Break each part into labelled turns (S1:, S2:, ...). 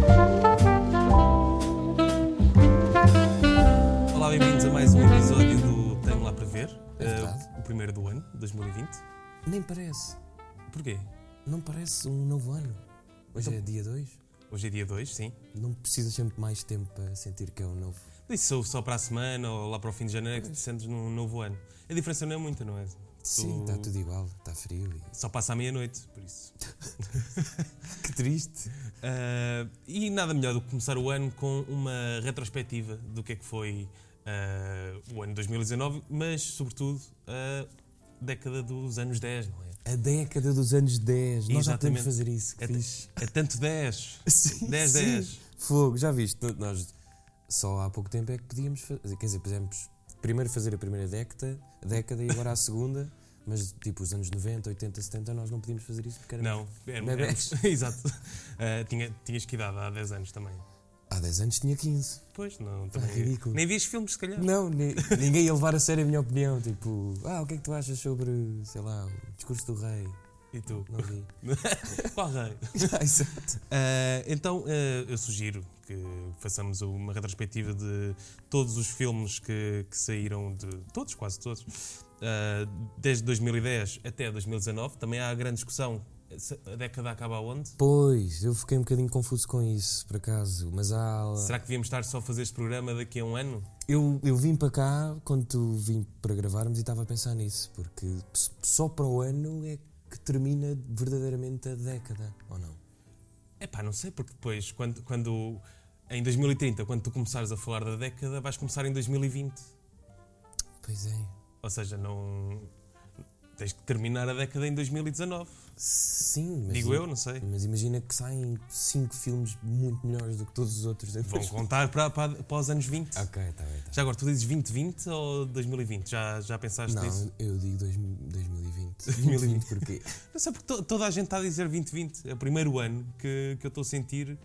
S1: um
S2: É
S1: eh, primeiro do ano, 2020?
S2: Nem parece.
S1: Porquê?
S2: Não parece um novo ano.
S1: Então
S2: Hoje é dia 2.
S1: Hoje é dia 2, sim.
S2: Não precisas sempre mais tempo para sentir que é um novo.
S1: Isso sou só para a semana ou lá para o fim de janeiro é que te sentes num novo ano. A diferença não é muita, não é?
S2: Sim, está tudo igual, está frio. e-
S1: Só passa à meia-noite, por isso.
S2: Que triste.
S1: Ah, e nada melhor do que começar o ano com uma retrospectiva do que é que foi ah, o ano 2019, mas sobretudo a década dos anos 10, não é?
S2: A década dos anos 10. Nós já podemos
S1: Exatamente.
S2: fazer isso. Que
S1: É, t-
S2: fixe.
S1: é tanto 10.
S2: Sim,
S1: 10,
S2: sim.
S1: 10.
S2: Fogo, já viste? Não, Nós só há pouco tempo é que podíamos fazer. Quer dizer, podemos primeiro fazer a primeira década, década e agora a segunda, mas tipo os anos 90, 80, 70, nós não podíamos fazer isso porque era.
S1: Não, é éramos.
S2: Bebés.
S1: éramos- um exato. Ah, tinha, tinhas que idade há 10 anos também.
S2: Há 10 anos tinha 15.
S1: Pois, não, também.
S2: ridículo.
S1: Nem vias filmes, se calhar.
S2: Não, ni- ninguém ia levar a sério a minha opinião. Tipo, ah, o que é que tu achas sobre, sei lá, o discurso do rei?
S1: E tu?
S2: Não vi.
S1: Qual rei?
S2: Ah, Exato.
S1: Ah, então, ah, eu sugiro que façamos uma retrospectiva de todos os filmes que, que saíram de. Todos, quase todos. ah, desde 2010 até 2019. Também há a grande discussão. se A década acaba onde?
S2: Pois, eu fiquei um bocadinho confuso com isso, por acaso. Mas há.
S1: Será que devíamos estar só a fazer este programa daqui a um ano?
S2: Eu, eu vim para cá quando tu vim para gravarmos e estava a pensar nisso, porque s- só para o ano é que termina verdadeiramente a década, ou não?
S1: É pá, não sei, porque depois, quando, quando. Em 2030, quando tu começares a falar da década, vais começar em 2020.
S2: Pois é.
S1: Ou seja, não. Tens que terminar a década em 2019.
S2: Sim, mas.
S1: Digo eu, não é? sei.
S2: Mas imagina que saem cinco filmes muito melhores do que todos os outros
S1: Vão
S2: depois.
S1: contar para, para, para os anos 20.
S2: Ok, está bem, tá está
S1: Já agora, tu dizes 2020 ou 2020? Já, já pensaste
S2: Não,
S1: nisso?
S2: eu digo dois mil- 2020.
S1: 2020.
S2: 2020 porquê?
S1: Não sei porque to- toda a gente está a dizer 2020. É o primeiro ano que, que eu estou a sentir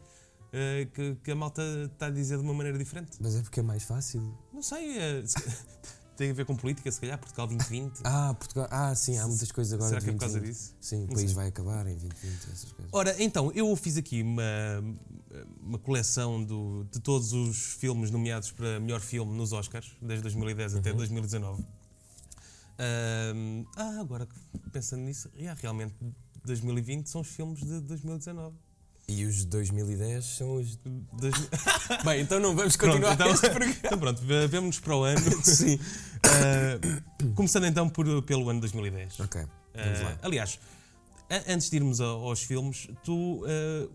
S1: eh, que, que a malta está a dizer de uma maneira diferente.
S2: Mas é porque é mais fácil.
S1: Não sei. eh, se- tem a ver com política, se calhar, Portugal 2020.
S2: Ah, Portugal. Ah, sim, há muitas coisas agora.
S1: Será
S2: de
S1: que é por causa
S2: 2020.
S1: disso?
S2: Sim, o
S1: Não
S2: país
S1: sei.
S2: vai acabar em 2020, essas coisas.
S1: Ora, então, eu fiz aqui uma, uma coleção do- de todos os filmes nomeados para melhor filme nos Oscars, desde 2010
S2: Uhum.
S1: até 2019. Ahm, ah, agora que pensando nisso, yeah, realmente 2020 são os filmes de 2019.
S2: E os 2010 são os.
S1: Dois-
S2: Bem, então não vamos
S1: pronto,
S2: continuar
S1: então,
S2: este
S1: então pronto, ve- vemos-nos para o ano.
S2: Sim.
S1: Ah, começando então por- pelo ano 2010.
S2: Ok,
S1: Ah,
S2: vamos lá.
S1: aliás, a- antes de irmos a- aos filmes, tu. ah,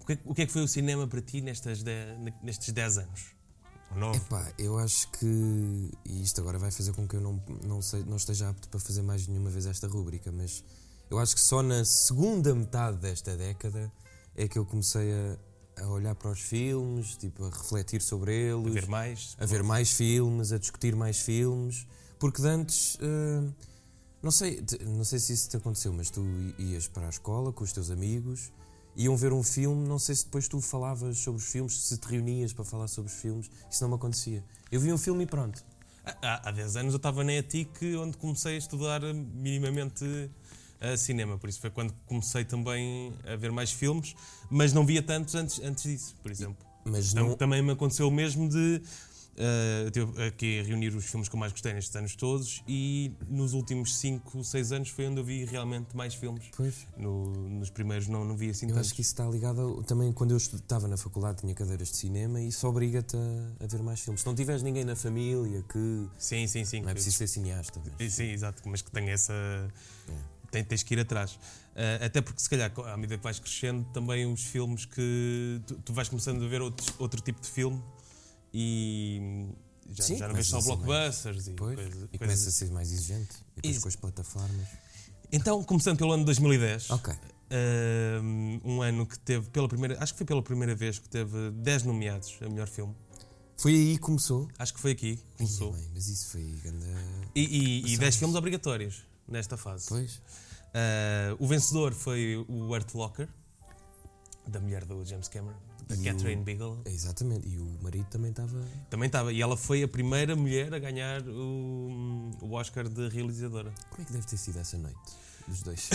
S1: o, que é, que- o que é que foi o cinema para ti nestas de- ne- nestes 10 anos? Ou 9?
S2: Epá, eu acho que. E isto agora vai fazer com que eu não, não, sei, não esteja apto para fazer mais nenhuma vez esta rúbrica, mas eu acho que só na segunda metade desta década é que eu comecei a, a olhar para os filmes, tipo, a refletir sobre
S1: a
S2: eles,
S1: ver mais?
S2: a ver mais filmes, a discutir mais filmes, porque de antes. ah, não sei, te- não sei se isso te aconteceu, mas tu i- ias para a escola com os teus amigos, iam ver um filme, não sei se depois tu falavas sobre os filmes, se te reunias para falar sobre os filmes, isso não me acontecia. Eu vi um filme e pronto.
S1: Há- Ah, Há, há 10 anos eu estava na ETIC, onde comecei a estudar minimamente ah, cinema, por isso foi quando comecei também a ver mais filmes, mas não via tantos antes, antes disso, por exemplo.
S2: Mas
S1: Então,
S2: não.
S1: Também me aconteceu o mesmo de ah, ter aqui a reunir os filmes que eu mais gostei nestes anos todos e nos últimos 5, 6 anos foi onde eu vi realmente mais filmes.
S2: Pois.
S1: No- nos primeiros não, não vi assim
S2: Eu
S1: tantos.
S2: acho que isso está ligado ao- também quando eu estu- estava na faculdade, tinha cadeiras de cinema e isso obriga-te a, a ver mais filmes. Se não tiveres ninguém na família que.
S1: Sim, sim, sim.
S2: Não é
S1: que-
S2: preciso É. ser cineasta. mas-
S1: Sim, Sim, exato, mas que tenha essa. Tem, tens que ir atrás. Ah, até porque, se calhar, co- à medida que vais crescendo, também os filmes que. Tu, tu vais começando a ver outros, outro tipo de filme e. Já,
S2: Sim,
S1: já não vês só
S2: começas a ser mais-
S1: blockbusters e
S2: Pois,
S1: coisa-
S2: e
S1: coisas.
S2: começa a ser mais exigente. E depois
S1: Isso.
S2: com as plataformas.
S1: Então, começando pelo ano 2010,
S2: Ok.
S1: ah, um ano que teve pela primeira. Acho que foi pela primeira vez que teve 10 nomeados a melhor filme.
S2: Foi aí que começou.
S1: Acho que foi aqui que começou.
S2: Ih, bem, mas isso foi ganda.
S1: E, e, e 10 filmes obrigatórios nesta fase.
S2: Pois.
S1: Uh, o vencedor foi o Art Locker, da mulher do James Cameron, da
S2: E
S1: Catherine
S2: o-
S1: Bigelow.
S2: É, Exatamente. E o marido também estava.
S1: Também estava, e ela foi a primeira mulher a ganhar o, o Oscar de realizadora.
S2: Como é que deve ter sido essa noite? dos dois.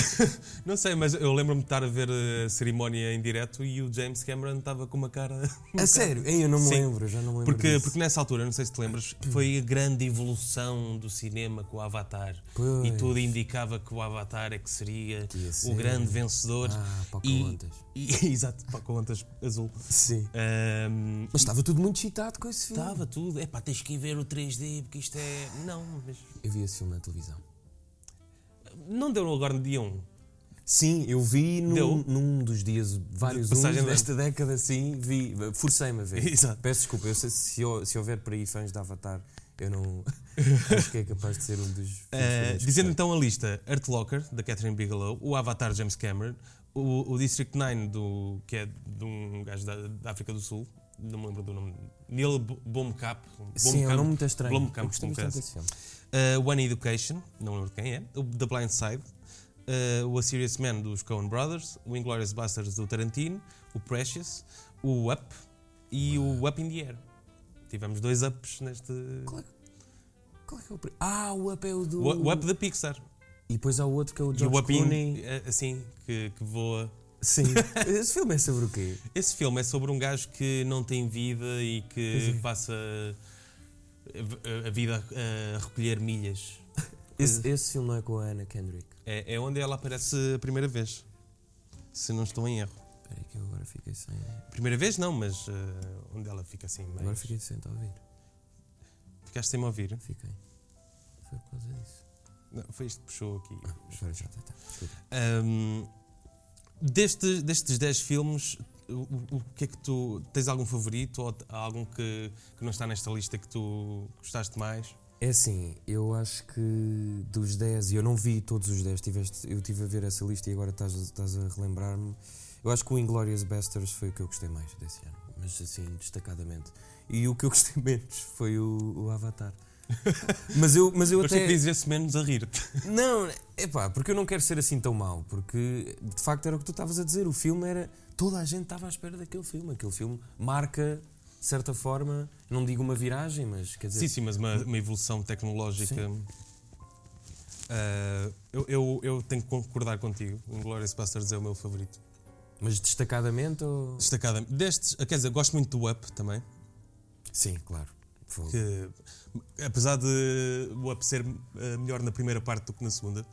S1: Não sei, mas eu lembro-me de estar a ver eh, a cerimónia em direto e o James Cameron estava com uma cara.
S2: a sério? Ei, eu não me
S1: Sim.
S2: lembro, já não me lembro.
S1: Porque,
S2: disso.
S1: porque nessa altura, não sei se te lembras, foi a grande evolução do cinema com o Avatar.
S2: Pois.
S1: E tudo indicava que o Avatar é que seria
S2: Que ia ser.
S1: o grande vencedor.
S2: Ah,
S1: e,
S2: Pocahontas.
S1: e, exato, Pocahontas azul.
S2: Sim.
S1: Ahm,
S2: Mas estava tudo muito excitado com esse filme.
S1: Estava tudo. É pá, tens que ir ver o 3D porque isto é. Não, mas.
S2: Eu vi esse filme na televisão.
S1: Não deu agora no dia 1.
S2: Sim, eu vi num,
S1: Deu?
S2: num dos dias, vários
S1: De
S2: uns
S1: passagem de
S2: desta década, sim, vi. Forcei-me a ver.
S1: Exato.
S2: Peço desculpa, eu sei, se, ho- se houver por aí fãs de Avatar, eu não. acho que é capaz de ser um dos. filmes que eu
S1: Eh,
S2: menos
S1: dizendo então a lista: Art Locker, da Catherine Bigelow, o Avatar James Cameron, o, o District 9, do, que é de um gajo da, da África do Sul, não me lembro do nome, Neil Bo- Blomkamp.
S2: Sim, é um
S1: Blomkamp.
S2: nome muito estranho.
S1: Blomkamp,
S2: eu gostei
S1: como
S2: bastante
S1: quer.
S2: desse filme.
S1: Eh, One Education, não me lembro de quem é, o The Blind Side, eh, o A Serious Man dos Coen Brothers, o Inglourious Basterds do Tarantino, o Precious, o Up e o Up in the Air. Tivemos dois ups neste.
S2: Qual é, qual é que é o. pri- Ah, o Up é o do.
S1: O, o Up da Pixar.
S2: E depois há o outro que é o
S1: E o
S2: George
S1: Up in,
S2: Clooney.
S1: eh, assim, que, que voa.
S2: Sim. esse filme é sobre o quê?
S1: Esse filme é sobre um gajo que não tem vida e que
S2: é.
S1: passa eh, a, a vida a, a recolher milhas.
S2: Esse, esse filme não é com a Anna Kendrick.
S1: É, é onde ela aparece a primeira vez. Se não estou em erro.
S2: Espera aí que eu agora fiquei sem.
S1: Primeira vez não, mas eh, onde ela fica assim meio.
S2: Agora fiquei sem te ouvir.
S1: Ficaste sem me ouvir?
S2: Fiquei. Foi por causa disso.
S1: Não, foi isto que puxou aqui.
S2: Agora já tá. está. Desculpa.
S1: Ahm, deste- destes 10 filmes, o, o- o que é que tu. Tens algum favorito ou t- há algum que, que não está nesta lista que tu gostaste mais?
S2: É assim, eu acho que dos 10, e eu não vi todos os 10, tiveste, eu estive a ver essa lista e agora estás, a- estás a relembrar-me. Eu acho que o Inglourious Basterds foi o que eu gostei mais desse ano, mas assim, destacadamente. E o que eu gostei menos foi o, o Avatar. mas eu, mas eu
S1: Eu Gostei
S2: até.
S1: que dizes menos a rir-te.
S2: Não, é pá, porque eu não quero ser assim tão mau, porque de facto era o que tu estavas a dizer, o filme era. Toda a gente estava à espera daquele filme, aquele filme marca, de certa forma, não digo uma viragem, mas quer dizer.
S1: Sim, sim, mas uma, uma evolução tecnológica. Ah, eu, eu, eu tenho que concordar contigo. O Glorious Bastards é o meu favorito.
S2: Mas destacadamente ou.
S1: Destacada. Destes, quer dizer, gosto muito do Up também.
S2: Sim, claro. Fogo.
S1: que apesar de o Up ser eh, melhor na primeira parte do que na segunda,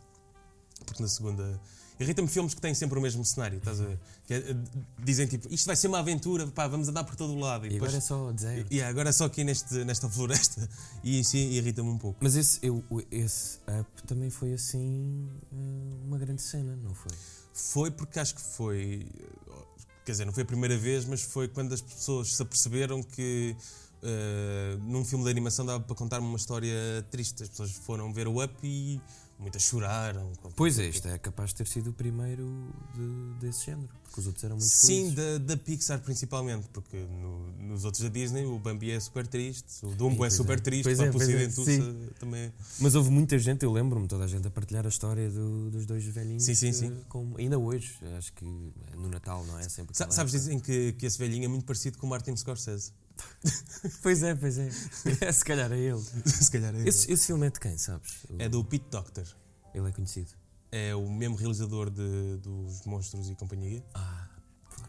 S1: porque na segunda irrita-me filmes que têm sempre o mesmo cenário, estás a ver? Que é, eh, dizem tipo, isto vai ser uma aventura, pá, vamos andar por todo o lado e,
S2: E
S1: depois
S2: agora é só dizer.
S1: e agora é só aqui neste, nesta floresta e isso irrita-me um pouco.
S2: Mas esse, eu, esse up também foi assim eh, uma grande cena, não foi?
S1: Foi porque acho que foi, eh, quer dizer, não foi a primeira vez, mas foi quando as pessoas se aperceberam que eh, num filme de animação dava para contar uma história triste. As pessoas foram ver o Up e muitas choraram.
S2: Pois é, este é capaz de ter sido o primeiro de- desse género, porque os outros eram muito
S1: Sim,
S2: felizes.
S1: da, da Pixar principalmente, porque no- nos outros da Disney o Bambi é super triste, o Dumbo
S2: Ih,
S1: é
S2: pois
S1: super
S2: é.
S1: triste,
S2: Pois
S1: pá,
S2: é,
S1: o
S2: pois é,
S1: Sidentuça também.
S2: Mas houve muita gente, eu lembro-me, toda a gente a partilhar a história do- dos dois velhinhos.
S1: Sim, sim,
S2: eh,
S1: sim.
S2: com- ainda hoje, acho que no Natal, não é? Sempre
S1: Sa-
S2: aquela
S1: sabes,
S2: época.
S1: dizem que, que esse velhinho é muito parecido com o Martin Scorsese.
S2: Pois é, pois é. é se calhar é ele.
S1: Se calhar é ele.
S2: Esse, esse filme é de quem, sabes?
S1: É do Pete Doctor.
S2: Ele é conhecido.
S1: É o mesmo realizador de, dos Monstros e Companhia.
S2: Ah,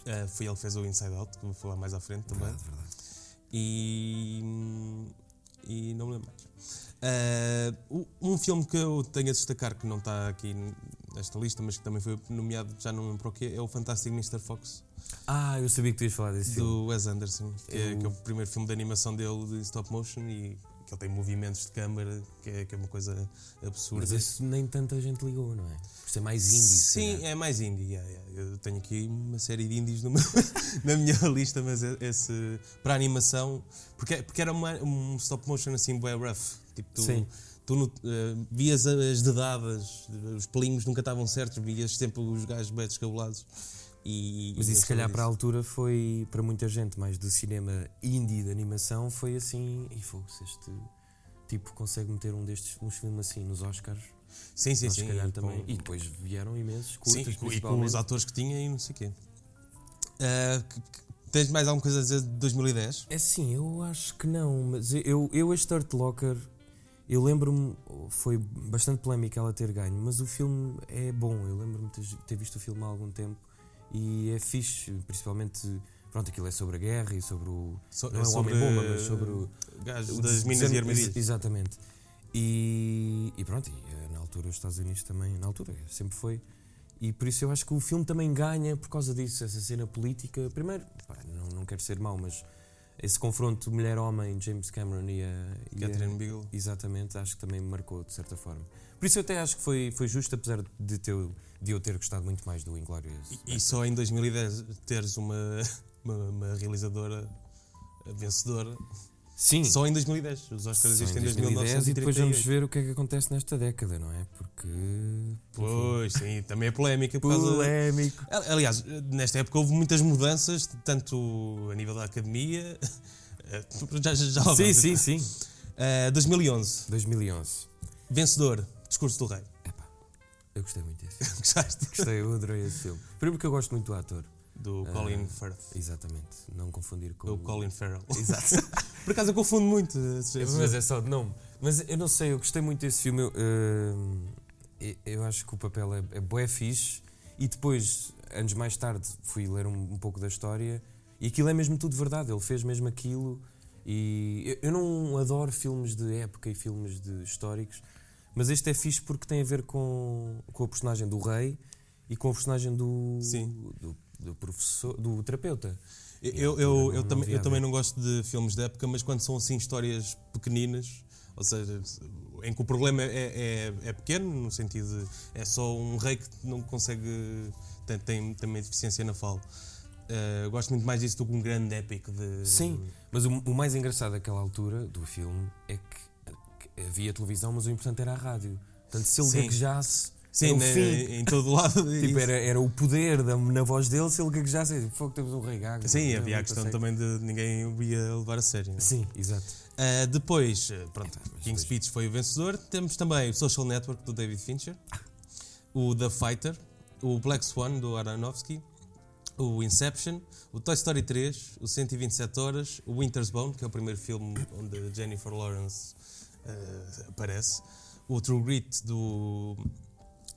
S1: Ah, foi ele que fez o Inside Out, que vou falar mais à frente também.
S2: verdade, verdade.
S1: E. E não me lembro mais. Ah, o- um filme que eu tenho a destacar que não está aqui nesta lista, mas que também foi nomeado, já não lembro para o quê, é o Fantástico Mr. Fox,
S2: Ah, eu sabia que tu ias falar desse filme.
S1: do Wes Anderson, que, é,
S2: Eu-
S1: que é o primeiro filme de animação dele de stop motion e que ele tem movimentos de câmara, que é, que é uma coisa absurda.
S2: Mas isso nem tanta gente ligou, não é? Por ser mais indie. se
S1: Sim,
S2: calhar.
S1: é mais indie. yeah, yeah. Eu tenho aqui uma série de indies no meu- na minha lista, mas é- esse para a animação, porque, porque era uma- um stop motion assim, bem rough. Tipo, tu,
S2: Sim.
S1: tu no- eh, vias as dedadas, os pelinhos nunca estavam certos, vias sempre os gajos bem descabulados. E, é
S2: Mas
S1: e
S2: isso,
S1: eu
S2: se calhar,
S1: sou
S2: para a
S1: disso.
S2: altura foi, para muita gente, mais do cinema indie de animação, foi assim. E fogo, se este tipo consegue meter um destes, uns filmes assim nos Oscars,
S1: Sim, sim,
S2: nós
S1: sim.
S2: se calhar
S1: e
S2: também.
S1: com-
S2: E depois vieram imensos
S1: Sim,
S2: curtas,
S1: e com, e com
S2: principalmente.
S1: os atores que tinha e não sei o quê. Ah, que- que- tens mais alguma coisa a dizer de 2010?
S2: É sim, eu acho que não, mas eu, eu este Art Locker Eu lembro-me, foi bastante polémica ela ter ganho, mas o filme é bom. Eu lembro-me de ter visto o filme há algum tempo e é fixe, principalmente. Pronto, aquilo é sobre a guerra e sobre o.
S1: So-
S2: não é o
S1: sobre,
S2: Homem-Bomba, mas sobre o.
S1: Gajos
S2: o
S1: das
S2: desen-
S1: minas e armadilhas.
S2: ex- Exatamente. E, e pronto, e, eh, na altura os Estados Unidos também, na altura, sempre foi. E por isso eu acho que o filme também ganha por causa disso, essa cena política. Primeiro, pá, não, não quero ser mau, mas esse confronto mulher-homem, James Cameron e a. e a-
S1: Catherine Bigelow.
S2: Exatamente, acho que também me marcou de certa forma. Por isso eu até acho que foi, foi justo, apesar de, ter, de eu ter gostado muito mais do Inglourious.
S1: E, e só em 2010 teres uma, uma, uma realizadora vencedora.
S2: Sim,
S1: Só em 2010. Os Oscars
S2: Só
S1: existem em
S2: 2010
S1: 2010
S2: e depois vamos ver o que é que acontece nesta década, não é? Porque.
S1: Pois, sim, também é polémica. Por causa-
S2: Polémico.
S1: Ali- Aliás, nesta época houve muitas mudanças, tanto a nível da academia. eh, Já, já, já lá
S2: Sim,
S1: vamos.
S2: sim, sim.
S1: Eh, 2011,
S2: 2011.
S1: vencedor, Discurso do Rei.
S2: Epá, eu gostei muito desse.
S1: Gostaste?
S2: Gostei, eu adorei esse filme. Primeiro porque eu gosto muito do ator.
S1: Do
S2: Ah,
S1: Colin Firth.
S2: Exatamente. Não confundir com.
S1: Ou Colin Farrell.
S2: Exato.
S1: Por acaso eu confundo muito. eh, esses- esses-
S2: Mas é só de nome. Mas eu não sei, eu gostei muito desse filme. Eu, hum, e- eu acho que o papel é, é bué fixe. E depois, anos mais tarde, fui ler um, um pouco da história. E aquilo é mesmo tudo verdade. Ele fez mesmo aquilo. E eu, eu não adoro filmes de época e filmes de históricos. Mas este é fixe porque tem a ver com, com a personagem do rei e com a personagem do,
S1: Sim.
S2: do, do professor, do terapeuta.
S1: Eu, eu,
S2: E a altura
S1: eu,
S2: não- é não
S1: também, eu
S2: viável.
S1: também não gosto de filmes de época, mas quando são assim histórias pequeninas, ou seja, em que o problema é, é, é pequeno, no sentido de é só um rei que não consegue. tem, tem, tem uma deficiência na fala. Eh, eu gosto muito mais disso do que um grande épico de.
S2: Sim, mas o, o mais engraçado daquela altura do filme é que, que havia televisão, mas o importante era a rádio. Portanto, se ele
S1: Sim.
S2: gaguejasse,
S1: Sim,
S2: era É o
S1: né,
S2: fim.
S1: em todo lado.
S2: Tipo, era, era o poder da- na voz dele, se ele gaguejasse, era, fogo, temos um rei gago.
S1: Sim,
S2: Não,
S1: havia a
S2: não
S1: questão
S2: consegue."
S1: também de ninguém o ia levar a sério. não é?
S2: Sim, exato.
S1: Ah, depois, ah, pronto,
S2: mas
S1: King's
S2: depois-
S1: Speech foi o vencedor. Temos também o Social Network do David Fincher, o The Fighter, o Black Swan do Aronofsky, o Inception, o Toy Story 3, o 127 Horas, o Winter's Bone, que é o primeiro filme onde a Jennifer Lawrence ah, aparece, o True Grit do,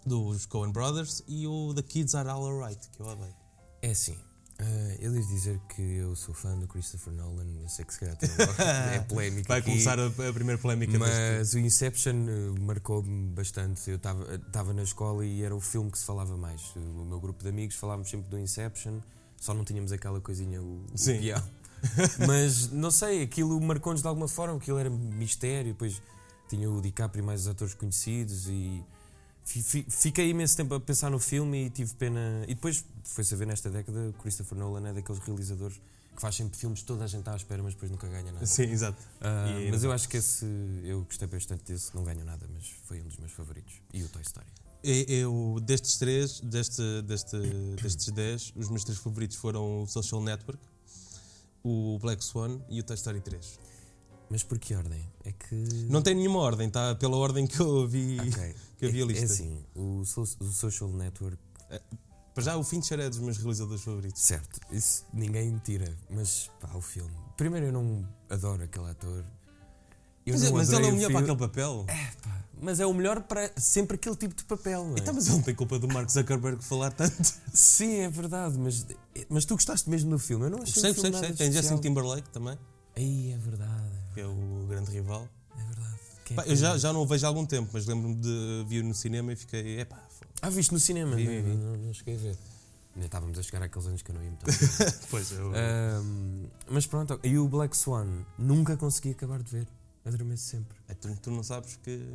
S1: dos Coen Brothers e o The Kids Are All Alright, que eu odeio.
S2: É assim. ah, eu devo dizer que eu sou fã do Christopher Nolan, eu sei que se calhar tem uma- é polémica.
S1: Vai
S2: aqui.
S1: começar a, a primeira polémica deste-
S2: Mas o Inception eh, marcou-me bastante. Eu estava na escola e era o filme que se falava mais. O meu grupo de amigos falávamos sempre do Inception, só não tínhamos aquela coisinha, o, o
S1: Sim.
S2: peão. Mas não sei, aquilo marcou-nos de alguma forma, aquilo era mistério. Depois tinha o DiCaprio e mais os atores conhecidos e. fi- fi- Fiquei imenso tempo a pensar no filme e tive pena. E depois foi saber nesta década o Christopher Nolan é daqueles realizadores que faz sempre filmes que toda a gente está à espera, mas depois nunca ganha nada.
S1: Sim, exato.
S2: Ah,
S1: E-
S2: mas eu acho que esse. Eu gostei bastante desse, não ganho nada, mas foi um dos meus favoritos. E o Toy Story.
S1: E- Eu, destes três, deste, deste, destes dez, os meus três favoritos foram o Social Network, o Black Swan e o Toy Story 3.
S2: Mas por que ordem? É que.
S1: Não tem nenhuma ordem, está pela ordem que eu vi.
S2: Ok.
S1: que havia
S2: é,
S1: lista.
S2: É assim, o, so- o Social Network,
S1: Para já, o Fincher é dos meus realizadores favoritos.
S2: certo, isso ninguém tira, mas pá, o filme. Primeiro, eu não adoro aquele ator. Eu
S1: mas
S2: não
S1: mas ele é
S2: adorei
S1: o melhor para
S2: filme.
S1: aquele papel.
S2: Pá, Mas é o melhor para sempre aquele tipo de papel, não é?
S1: Então, mas ele não tem culpa do Mark Zuckerberg falar tanto.
S2: Sim, é verdade, mas, mas tu gostaste mesmo do filme. Eu não achei
S1: Gostei,
S2: o filme
S1: gostei,
S2: nada
S1: gostei. Tem Justin
S2: especial.
S1: Timberlake também,
S2: Aí, é verdade,
S1: que é o grande rival.
S2: é verdade. Quem é
S1: Pá,
S2: que
S1: eu já, já não o vejo há algum tempo, mas lembro-me de vi-o no cinema e fiquei, epá,
S2: Ah, viste no cinema?
S1: Vi,
S2: não,
S1: vi, vi.
S2: Não, não cheguei a ver. Ainda estávamos a chegar àqueles anos que eu não ia muito.
S1: pois eu.
S2: Ahm, mas pronto, e o Black Swan? Nunca consegui acabar de ver. Adormeço sempre.
S1: tu, tu não sabes que.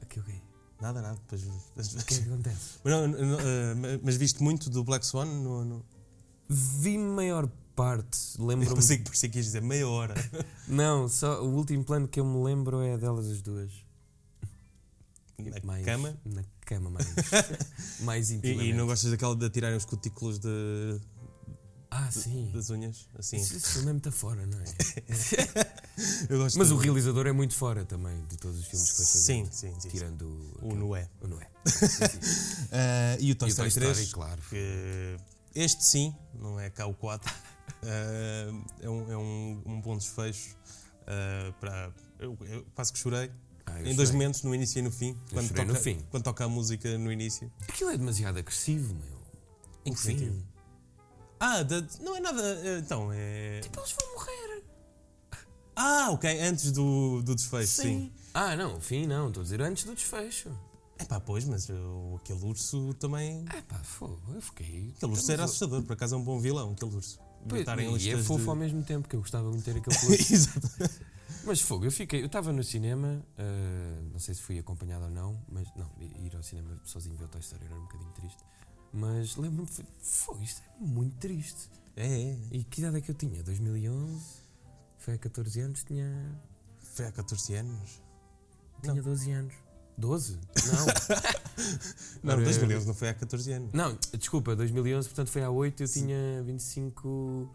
S2: Aqui, ok.
S1: Nada, nada. Pois,
S2: O que é que acontece?
S1: Mas, não, não, eh, ma- mas viste muito do Black Swan? No, no...
S2: Vi maior parte,
S1: Eu
S2: lembro-me.
S1: pensei que por isso é que ias dizer meia hora.
S2: Não, só o último plano que eu me lembro é delas as duas.
S1: Na
S2: Mais-
S1: cama.
S2: Na cama, mais. mais
S1: E,
S2: intimamente.
S1: e não gostas daquela de tirarem os cutículos de-
S2: Ah, sim.
S1: das unhas? Assim.
S2: Isso, isso também é muito fora, não é?
S1: Eu gosto
S2: Mas o
S1: de-
S2: realizador é muito fora também de todos os filmes que foi fazer.
S1: Sim, sim, sim. sim.
S2: Tirando o.
S1: O Noé.
S2: O Noé.
S1: Eh, e o Toy
S2: E o Toy
S1: Story 3.
S2: Story, claro.
S1: que este sim, não é cá o 4, eh, é, um, é um, um bom desfecho. eh, para, eu, eu quase que chorei.
S2: Ah, Ah, eu
S1: em dois
S2: chorei.
S1: momentos, no início e no fim. Quando
S2: chorei
S1: toca,
S2: no fim.
S1: quando toca a música no início.
S2: Aquilo é demasiado agressivo, meu.
S1: Em que sentido? Ah, da- não é nada. eh, Então, é.
S2: Tipo, eles vão morrer.
S1: Ah, ok, antes do, do desfecho, sim.
S2: Ah, não, o fim não, estou a dizer antes do desfecho.
S1: É pá, pois, mas o- aquele urso também.
S2: Ah, pá, fogo, eu fiquei.
S1: Aquele urso era
S2: Estamos
S1: assustador, por acaso é um bom vilão, aquele urso.
S2: a- Pois,
S1: Botarem
S2: E é
S1: listas
S2: fofo
S1: de-
S2: ao mesmo tempo, que eu gostava muito de ter aquele colete.
S1: Exato.
S2: Mas fogo, eu fiquei. Eu estava no cinema, ah, não sei se fui acompanhado ou não, mas não, i- ir ao cinema sozinho ver o Toy Story era um bocadinho triste. Mas lembro-me, foi- fogo, isto é muito triste.
S1: É, é.
S2: E que idade é que eu tinha? 2011? Foi há 14 anos, tinha.
S1: Foi há 14 anos.
S2: Tinha
S1: Não.
S2: 12 anos. 12? Não.
S1: Não,
S2: Ora,
S1: 2011 não foi há 14 anos.
S2: Não, desculpa, 2011, portanto foi há 8, eu
S1: Sim.
S2: tinha 25.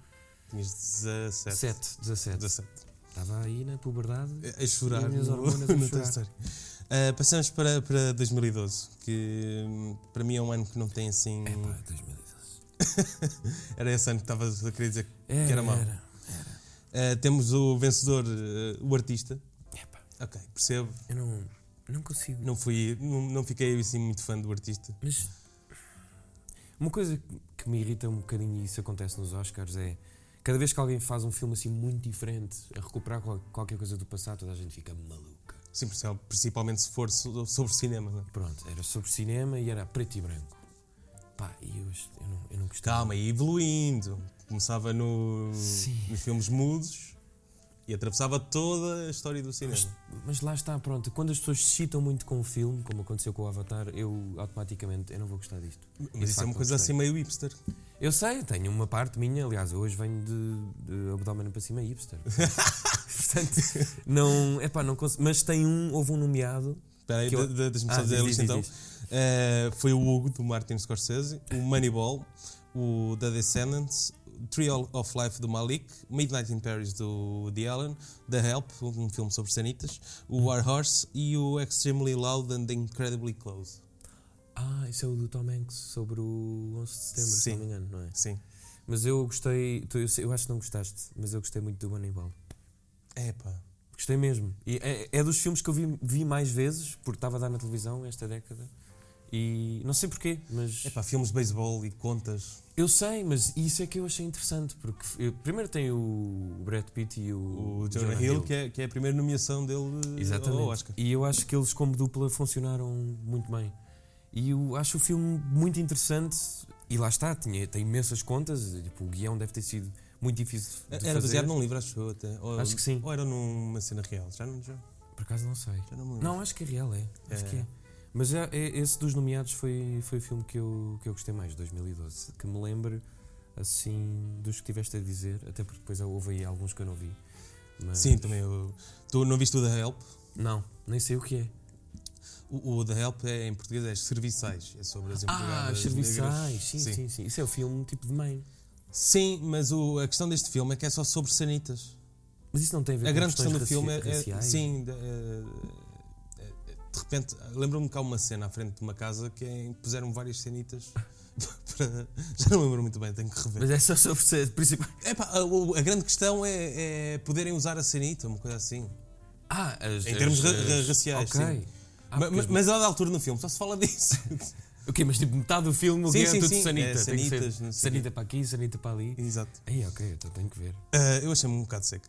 S1: Tinhas 17.
S2: 7, 17.
S1: 17.
S2: Estava aí na puberdade.
S1: A- A chorar.
S2: E as minhas
S1: no-
S2: hormonas a
S1: no
S2: chorar.
S1: Toy Story. Ah, passamos para, para 2012, que hum, para mim é um ano que não tem assim.
S2: É pá, 2012.
S1: Era esse ano que estavas a querer dizer.
S2: Era,
S1: era mau.
S2: era.
S1: Ah, temos o vencedor, ah, o artista.
S2: É pá,
S1: Ok, percebo.
S2: eu não, não consigo.
S1: Não, fui, não, não fiquei assim muito fã do artista.
S2: Mas uma coisa que- que me irrita um bocadinho e isso acontece nos Oscars é cada vez que alguém faz um filme assim muito diferente a recuperar qual- qualquer coisa do passado, toda a gente fica maluca.
S1: Sim, principal- principalmente se for so- sobre cinema. não é?
S2: Pronto, era sobre cinema e era preto e branco. Pá, e eu, eu não, eu não gostava.
S1: Calma, e evoluindo. Começava no,
S2: Sim.
S1: nos filmes mudos e atravessava toda a história do cinema.
S2: Mas, mas lá está, pronto. Quando as pessoas se citam muito com o filme, como aconteceu com o Avatar, eu automaticamente eu não vou gostar disto.
S1: Mas,
S2: de
S1: isso é
S2: facto,
S1: uma
S2: não
S1: coisa assim
S2: gostei.
S1: meio hipster.
S2: Eu sei, tenho uma parte minha, aliás, hoje venho de, de abdômen para cima é hipster. Portanto, não, epá, não consigo, mas tem um, houve um nomeado.
S1: Espera aí,
S2: Que eu-
S1: de- de- deixa-me só
S2: Ah,
S1: dizer a
S2: diz,
S1: lista
S2: diz,
S1: então. Eh, foi o Hugo, do Martin Scorsese, o Moneyball, o The Descendants, o Tree of Life, do Malik, Midnight in Paris, do Woody Allen, The Help, um filme sobre sanitas,
S2: Hum.
S1: o War Horse e o Extremely Loud and Incredibly Close.
S2: Ah, isso é o do Tom Hanks sobre o 11 de setembro, se
S1: Sim.
S2: não me engano, não é?
S1: Sim.
S2: Mas eu gostei, tu- eu, sei- eu acho que não gostaste, mas eu gostei muito do Moneyball.
S1: É pá.
S2: Gostei mesmo. E é, é dos filmes que eu vi, vi mais vezes, porque estava a dar na televisão esta década. E não sei porquê, mas.
S1: É pá, filmes de beisebol e contas.
S2: Eu sei, mas isso é que eu achei interessante, porque eu- primeiro tem o Brad Pitt e o,
S1: O Jonah, Hill, Que, é, que é a primeira nomeação dele eh,
S2: Exatamente.
S1: ao Oscar.
S2: E eu acho que eles, como dupla, funcionaram muito bem. E eu acho o filme muito interessante. E lá está, tinha, tem imensas contas. e, Tipo, o guião deve ter sido muito difícil de
S1: Era
S2: fazer.
S1: baseado num livro, acho eu até. Ou,
S2: Acho que sim.
S1: Ou era numa cena real. Já não, já,
S2: Por acaso não sei.
S1: já não me lembro.
S2: Não, acho que é real, é. Acho
S1: É.
S2: que é. Mas já, é- esse dos nomeados foi, foi o filme que eu, que eu gostei mais, 2012. Que me lembro, assim, dos que tiveste a dizer. Até porque depois houve aí alguns que eu não vi. Mas-
S1: Sim, também. Eu, tu não viste o The Help?
S2: Não, nem sei o que é.
S1: O, o The Help é, em português é serviçais. É sobre as
S2: Ah,
S1: empregadas
S2: os serviçais.
S1: negras.
S2: Sim, sim, sim. Isso é o filme tipo de mãe.
S1: Sim, mas o- a questão deste filme é que é só sobre sanitas.
S2: Mas isso não tem a ver
S1: a
S2: com
S1: grande
S2: questões
S1: questão do filme é,
S2: raci-
S1: é-
S2: raciais?
S1: sim de, é- é- de repente lembro-me que há uma cena à frente de uma casa que é em que puseram várias cenitas para- já não lembro muito bem tenho que rever
S2: Mas é só sobre ser principal.
S1: Epá, a, o- a grande questão é, é poderem usar a cenita uma coisa assim
S2: Ah, as,
S1: Em termos
S2: as-
S1: ra- ra-
S2: as-
S1: raciais,
S2: Ok.
S1: sim.
S2: Ah,
S1: Ma- ma- mas,
S2: porque
S1: a dada altura no filme só se fala disso
S2: as- Ok, mas tipo metade do filme o
S1: Sim,
S2: que é
S1: sim,
S2: tudo
S1: sim,
S2: sanita.
S1: é
S2: tem que ser
S1: sanitas, não sei.
S2: sanita para aqui, sanita para ali.
S1: exato
S2: Aí, ok, então tenho que ver.
S1: Ah, eu achei-me um bocado seco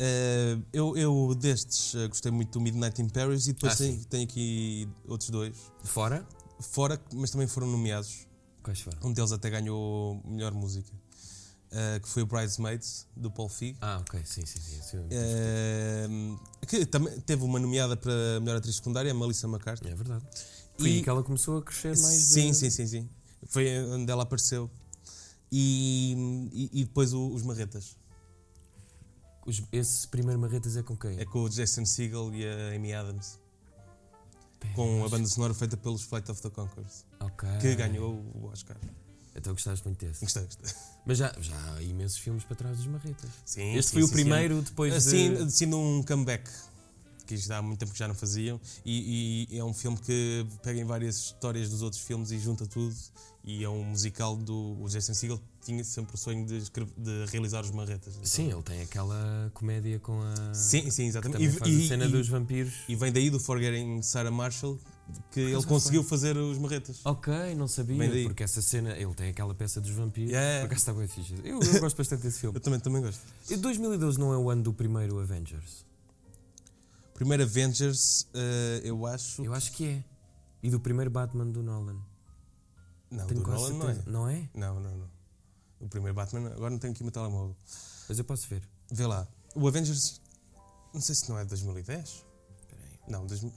S1: Ah, eu, eu destes ah, gostei muito do Midnight in Paris e depois
S2: Ah,
S1: tem,
S2: sim.
S1: tem aqui outros dois
S2: Fora?
S1: fora que- mas também foram nomeados
S2: Quais foram?
S1: Um deles até ganhou melhor música, eh, que foi o Bridesmaids, do Paul Fig.
S2: Ah, ok, sim, sim, sim. esse filme.
S1: Eh, que também teve uma nomeada para melhor atriz secundária, a Melissa McCarthy.
S2: É verdade. Foi
S1: E-
S2: aí que ela começou a crescer É mais.
S1: sim,
S2: de-
S1: sim, sim, sim. Foi onde ela apareceu. E, e- e depois o- os Marretas.
S2: Os, esse primeiro Marretas é com quem?
S1: É com o Jason Segel e a Amy Adams.
S2: Pera,
S1: Com a
S2: acho-
S1: banda sonora feita pelos Flight of the Conchords.
S2: Ok.
S1: Que ganhou o Oscar.
S2: Então gostaste muito desse.
S1: Gostei, gostei.
S2: Mas já, já há imensos filmes para trás dos Marretas.
S1: Sim,
S2: Este
S1: sim,
S2: foi o
S1: sim,
S2: primeiro depois
S1: Sim,
S2: de...
S1: assim, sendo um comeback. quis dar há muito tempo que já não faziam. E, e é um filme que pega em várias histórias dos outros filmes e junta tudo. E é um musical do o Jason Segel tinha sempre o sonho de, escrever- de realizar os marretas. Então-
S2: Sim, ele tem aquela comédia com a.
S1: Sim, sim,
S2: que
S1: exatamente.
S2: também faz a cena
S1: e-
S2: dos vampiros.
S1: e vem daí do Forgetting Sarah Marshall que ele
S2: razão
S1: conseguiu fazer os marretas.
S2: Ok, não
S1: Vem daí. É.
S2: sabia, porque essa cena, ele tem aquela peça dos vampiros.
S1: Yeah.
S2: Por acaso está bem fixe. Eu, eu gosto bastante desse filme.
S1: Eu também, também gosto.
S2: E 2012 não é o ano do primeiro Avengers?
S1: Primeiro Avengers, eh, eu acho.
S2: Eu acho que é. E do primeiro Batman do Nolan.
S1: Não,
S2: Tenho
S1: do
S2: quase
S1: Nolan não é.
S2: certeza. Não é?
S1: Não, não, não. O primeiro Batman, agora não tenho aqui o meu telemóvel.
S2: Mas eu posso ver.
S1: Vê lá. O Avengers, não sei se não é de 2010.
S2: Espera aí.
S1: Não, 2000.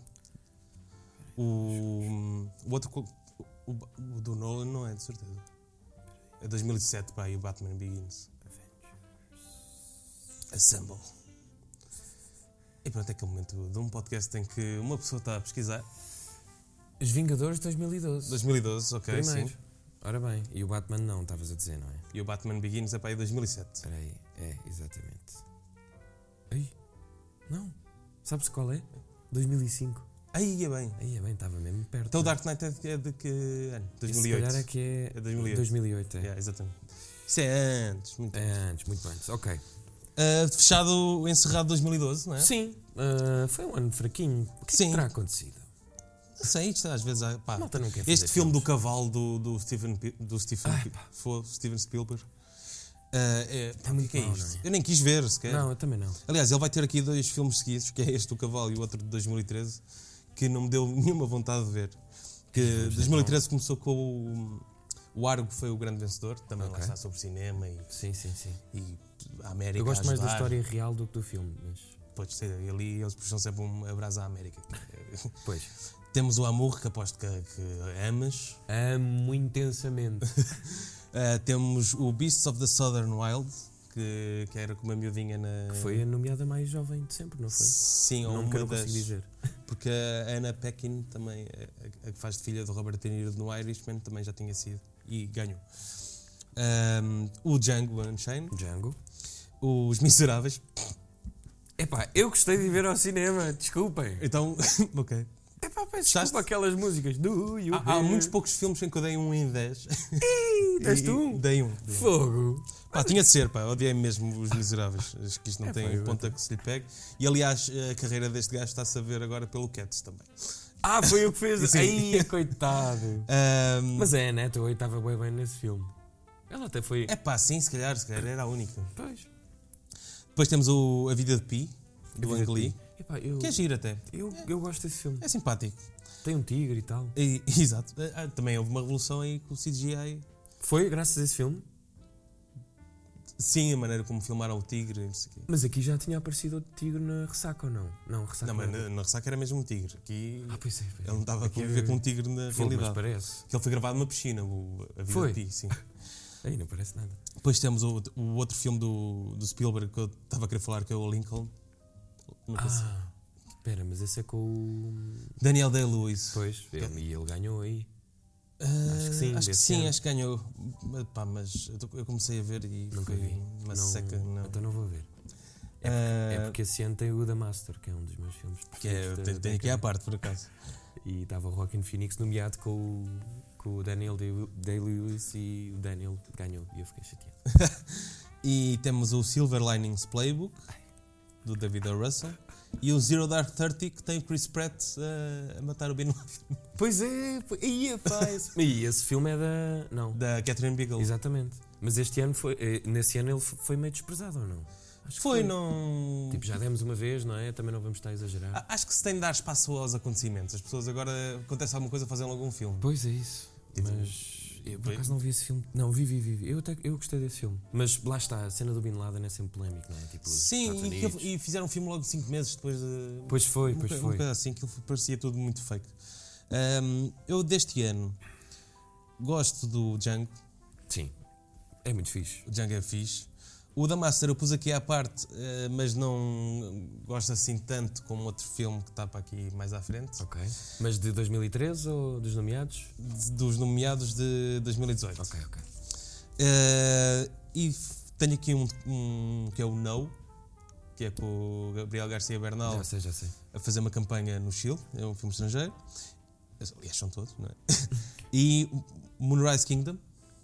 S1: O, o outro. co- O, o do Nolan não é, de certeza. É 2007, pá, e o Batman Begins. Assemble. E pronto, é aquele momento de um podcast em que uma pessoa está a pesquisar.
S2: Os Vingadores 2012.
S1: 2012, ok,
S2: primeiro.
S1: sim.
S2: Ora bem, e o Batman não, estavas a dizer, não é?
S1: E o Batman Begins é para aí 2007.
S2: Espera aí. É, exatamente. Ei? Não. Sabes qual é? 2005.
S1: Aí é bem.
S2: Aí é bem, estava mesmo perto.
S1: Então o
S2: não é?
S1: Dark Knight é de- é de que ano?
S2: Esse
S1: 2008.
S2: Se calhar é que é.
S1: É 2008.
S2: 2008, é.
S1: Yeah, exatamente. Isso é antes, muito
S2: É
S1: antes.
S2: antes, muito antes. Ok.
S1: Ah, fechado, encerrado 2012, não é?
S2: Sim, ah, foi um ano fraquinho. O que, é
S1: Sim.
S2: que terá acontecido?
S1: Não sei, isto às vezes há- pá,
S2: A malta não quer
S1: Este
S2: fazer
S1: filme do
S2: filmes.
S1: cavalo do, do Steven, Pi- do Steven,
S2: Ai,
S1: Pi-
S2: pá.
S1: foi Steven Spielberg. Ah, é, pá, o
S2: muito
S1: que é
S2: mau,
S1: isto?
S2: não é?
S1: Eu nem quis ver sequer.
S2: Não, eu também não.
S1: Aliás, ele vai ter aqui dois filmes seguidos, que é este do Cavalo e o outro de 2013, que não me deu nenhuma vontade de ver. Que
S2: então.
S1: 2013 começou com o, o Argo, foi o grande vencedor, também lá
S2: Ok.
S1: está sobre cinema e,
S2: Sim, sim, sim.
S1: e a América.
S2: Eu gosto
S1: a
S2: mais da
S1: ajudar.
S2: história real do que do filme, mas.
S1: Pois, sei, ali eles puxam sempre um abraço à América.
S2: Pois.
S1: Temos o Amor, que aposto que, que amas.
S2: Amo intensamente.
S1: Uh, temos o Beasts of the Southern Wild, que, que era com uma miudinha na.
S2: Que foi a nomeada mais jovem de sempre, não foi?
S1: Sim, ou
S2: Não
S1: uma
S2: que eu não
S1: das.
S2: consigo dizer.
S1: Porque a Anna Paquin, também, a- a que faz de filha do Robert De Niro no Irishman, também já tinha sido e ganhou. Um, o Django Unchained,
S2: Django.
S1: os Miseráveis.
S2: Epá, eu gostei de ver ao cinema, desculpem.
S1: Então, ok.
S2: Epá, peço
S1: Gostaste?
S2: desculpa aquelas músicas do You
S1: Há, há
S2: Hear.
S1: muitos poucos filmes em que eu dei um em 10.
S2: Ih, Deste
S1: E-
S2: um?
S1: Dei um. dei um.
S2: Fogo.
S1: Pá, tinha de ser, pá. Odiei mesmo os miseráveis. Acho que isto não
S2: É,
S1: tem
S2: foi,
S1: ponta que se lhe pegue. E aliás, a carreira deste gajo está a saber agora pelo Cats também.
S2: Ah, foi eu que fez.
S1: Sim.
S2: Ai, coitado.
S1: Ahm,
S2: Mas é, a Neto hoje estava bem bem nesse filme. Ela até foi.
S1: é pá, sim, se calhar, se calhar era a única.
S2: Pois.
S1: Depois temos o A Vida de Pi, do
S2: Vida de
S1: Ang Lee,
S2: Pi. Epá, eu,
S1: que é giro até.
S2: eu, eu gosto desse filme.
S1: É simpático.
S2: Tem um tigre e tal.
S1: E- exato. Ah, também houve uma revolução aí com o CGI.
S2: Foi graças a esse filme,
S1: Sim, a maneira como filmaram o tigre e não sei o quê.
S2: mas aqui já tinha aparecido outro tigre na ressaca ou não? Não, ressaca.
S1: Não, mas na, na ressaca era mesmo um tigre. Aqui
S2: Ah, pois é. pois
S1: ele
S2: é.
S1: não estava a
S2: Aqui é-
S1: conviver com um tigre na
S2: Fogo, mas
S1: realidade.
S2: parece.
S1: Que ele foi gravado numa piscina, o A Vida
S2: Foi?
S1: de Pi, sim.
S2: Aí não parece nada.
S1: Depois temos o, o outro filme do, do Spielberg que eu estava a querer falar, que é o Lincoln. Não consigo.
S2: Ah, espera, mas esse é com o.
S1: Daniel Day-Lewis.
S2: Pois,
S1: Então-
S2: ele, e ele ganhou aí.
S1: Ah,
S2: Acho que sim, é.
S1: Acho que,
S2: desse
S1: sim,
S2: ano.
S1: acho que ganhou. Mas, Pá, mas eu tô- eu comecei a ver e
S2: Nunca
S1: foi
S2: vi.
S1: uma
S2: Não-
S1: seca. Não.
S2: Então não vou ver.
S1: Ah,
S2: É porque esse ano tem o The Master, que é um dos meus filmes.
S1: que é,
S2: preferidos da
S1: tem, tem aqui
S2: década.
S1: à parte, por acaso.
S2: E estava o Rockin' Phoenix nomeado com o, com o Daniel Day- Day-Lewis e o Daniel ganhou. E eu fiquei chateado.
S1: E temos o Silver Linings Playbook, do David O. Russell. E o Zero Dark Thirty, que tem o Chris Pratt ah, a matar o Ben Laden,
S2: Pois é, po- ia faz. e esse filme é da. Não.
S1: da Catherine Bigelow.
S2: Exatamente. Mas este ano foi. eh, Nesse ano ele fo- foi meio desprezado ou não? Acho que
S1: Foi, não.
S2: Tipo, já demos uma vez, não é? Também não vamos estar a exagerar.
S1: A- Acho que se tem de dar espaço aos acontecimentos. As pessoas agora acontece alguma coisa, fazem logo um filme.
S2: Pois é isso.
S1: Tipo,
S2: Mas eu por
S1: foi-
S2: acaso não vi esse filme. Não, vi, vi, vi. vi. Eu até eu gostei desse filme. Mas lá está, a cena do Bin Laden é sempre polémico, não é? Tipo, os
S1: Sim,
S2: Estados
S1: e, que-
S2: Unidos.
S1: e fizeram um filme logo 5 meses depois de.
S2: Pois foi,
S1: um
S2: pois
S1: boca-
S2: foi.
S1: Um bocado assim, aquilo parecia tudo muito fake. Ahm, eu deste ano gosto do Django,
S2: Sim. É muito fixe.
S1: o Django é fixe. O da Master eu pus aqui à parte, eh, mas não gosto assim tanto como outro filme que está para aqui mais à frente.
S2: Ok. Mas de 2013 ou dos nomeados?
S1: de- Dos nomeados de 2018.
S2: Ok, ok.
S1: Eh, e f- tenho aqui um, um que é o No, que é com o Gabriel Garcia Bernal
S2: Já sei, já sei.
S1: a fazer uma campanha no Chile, é um filme estrangeiro. Aliás, são todos, não é? e Moonrise Kingdom,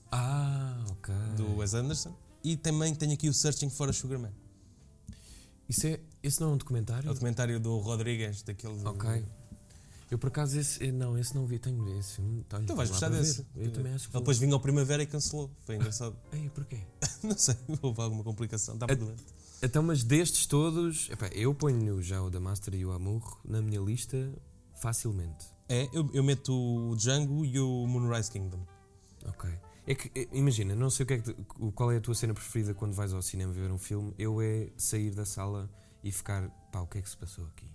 S2: Ah, ok.
S1: do Wes Anderson. E também tenho aqui o Searching for a Sugar Man.
S2: Isso é, esse não é um documentário?
S1: É o documentário do Rodrigues, daquele.
S2: Ok. Eu por acaso esse. eh, Não, esse não vi. Tenho esse filme. Tenho-
S1: Tu Então vais
S2: tenho lá
S1: gostar
S2: para
S1: desse.
S2: ver. Eu também acho que.
S1: Ele
S2: vou.
S1: depois vinha ao Primavera e cancelou. Foi engraçado.
S2: Ei, porquê?
S1: não sei, houve alguma complicação. Estava
S2: É-
S1: doente.
S2: Então, mas destes todos. epá, eu ponho já o da Master e o Amor na minha lista facilmente.
S1: É, eu, eu meto o Django e o Moonrise Kingdom.
S2: Ok. É que, eh, imagina, não sei o que é que, tu- o- qual é a tua cena preferida quando vais ao cinema ver um filme. Eu é sair da sala e ficar, pá, o que é que se passou aqui?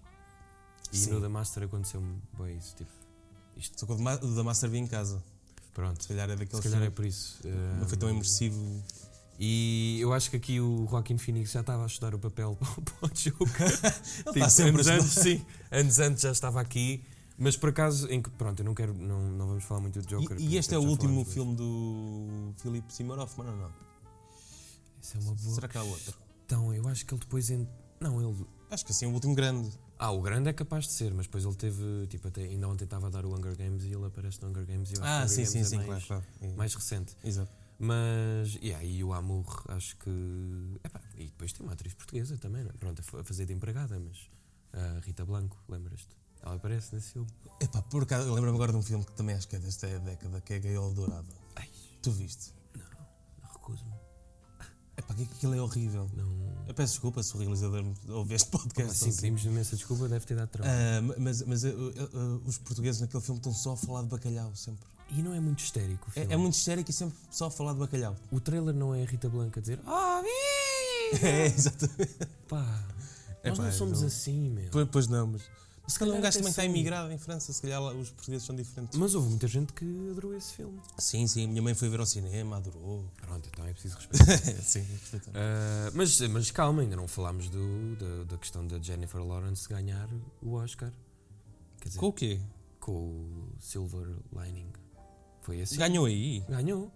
S2: E
S1: Sim.
S2: no da Master aconteceu-me bem isso, tipo,
S1: Só que o da Ma- o da Master vim em casa.
S2: pronto.
S1: Se calhar é daqueles
S2: Se calhar é
S1: filmes.
S2: por isso. eh,
S1: Não foi tão
S2: Ahm,
S1: imersivo.
S2: E eu acho que aqui o Joaquin Phoenix já estava a estudar o papel para o Joker.
S1: Ele
S2: Tipo,
S1: está sempre
S2: anos
S1: a
S2: antes,
S1: estudar.
S2: sim. Anos antes já estava aqui. Mas por acaso, em que, pronto, eu não quero, não, não vamos falar muito do Joker.
S1: E, e
S2: porque
S1: este é o
S2: já
S1: último
S2: falámos disso.
S1: filme do Philip Seymour Hoffman, ou não?
S2: Isso é uma boa.
S1: Será que há outro?
S2: Então, eu acho que ele depois. en- Não, ele.
S1: Acho que assim, o último grande.
S2: Ah, o grande é capaz de ser, mas depois ele teve. Tipo, até, ainda ontem estava a dar o Hunger Games e ele aparece no Hunger Games. E eu acho
S1: Ah,
S2: que o
S1: sim,
S2: Hunger
S1: sim,
S2: Games é
S1: sim,
S2: mais,
S1: claro, claro. É.
S2: mais recente.
S1: Exato.
S2: Mas, yeah, e o Amor, acho que. epá, e depois tem uma atriz portuguesa também, não é? pronto, a fa- a fazer de empregada, mas. A Rita Blanco, lembras-te? Ela aparece nesse filme.
S1: Epá, por acaso, eu lembro-me agora de um filme que também acho que é desta década, que é Gaiola Dourada.
S2: Ai,
S1: Tu viste?
S2: não recuso-me.
S1: Epá, que aquilo é horrível.
S2: Não.
S1: Eu peço desculpa se o realizador me ouve este
S2: Pá,
S1: podcast.
S2: sim,
S1: ou assim.
S2: pedimos imensa desculpa, deve ter dado trabalho.
S1: Ah, mas mas eh, eh, eh, os portugueses naquele filme estão só a falar de bacalhau, sempre.
S2: E não é muito histérico o filme.
S1: Ah. É, é muito histérico e sempre só a falar de bacalhau.
S2: O trailer não é a Rita Blanco a dizer. Ah,
S1: É, exatamente.
S2: pá! Nós
S1: Epá,
S2: não somos
S1: não.
S2: assim, meu.
S1: Pois, pois não, mas. Se calhar um
S2: calhar
S1: gajo
S2: até
S1: também está
S2: sim.
S1: imigrado em França, se calhar lá os portugueses são diferentes.
S2: Mas houve muita gente que adorou esse filme.
S1: Sim, sim, a minha mãe foi ver ao cinema, adorou.
S2: Pronto, então é preciso respeitar.
S1: sim, perfeitamente.
S2: Ah, mas, mas calma, ainda não falámos do, da, da questão da Jennifer Lawrence ganhar o Oscar. Quer dizer,
S1: Com o quê?
S2: com o Silver Lining. Foi assim.
S1: Ganhou aí?
S2: Ganhou.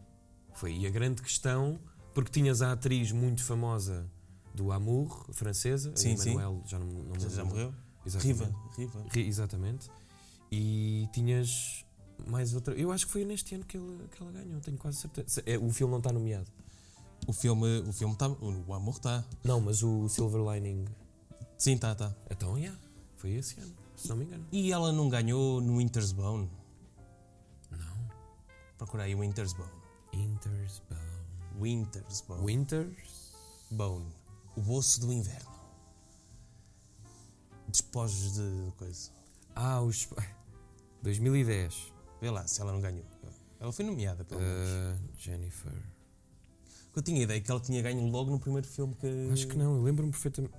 S2: Foi aí a grande questão, porque tinhas a atriz muito famosa do Amour, francesa, a
S1: Sim, sim.
S2: Emmanuel, já não, não me
S1: Já,
S2: lembro.
S1: já morreu?
S2: Exatamente.
S1: Riva, Riva.
S2: Ri- exatamente. E tinhas mais outra. Eu acho que foi neste ano que, ele, que ela ganhou, tenho quase certeza. Se- é, o filme não está nomeado.
S1: O filme, o filme está. O amor está.
S2: Não, mas o Silver Lining.
S1: Sim, está, está.
S2: Então, yeah, foi esse ano, se não me engano.
S1: E ela não ganhou no Winter's Bone?
S2: Não.
S1: Procura aí o Winter's Bone.
S2: Winter's Bone.
S1: Winter's Bone.
S2: Winters?
S1: Bone. O osso do inverno. Despojos de coisa.
S2: Ah, os. 2010.
S1: Vê lá se ela não ganhou. Ela foi nomeada, pelo menos.
S2: Ah, Jennifer.
S1: Eu tinha a ideia que ela tinha ganho logo no primeiro filme que.
S2: Acho que não, eu lembro-me perfeitamente.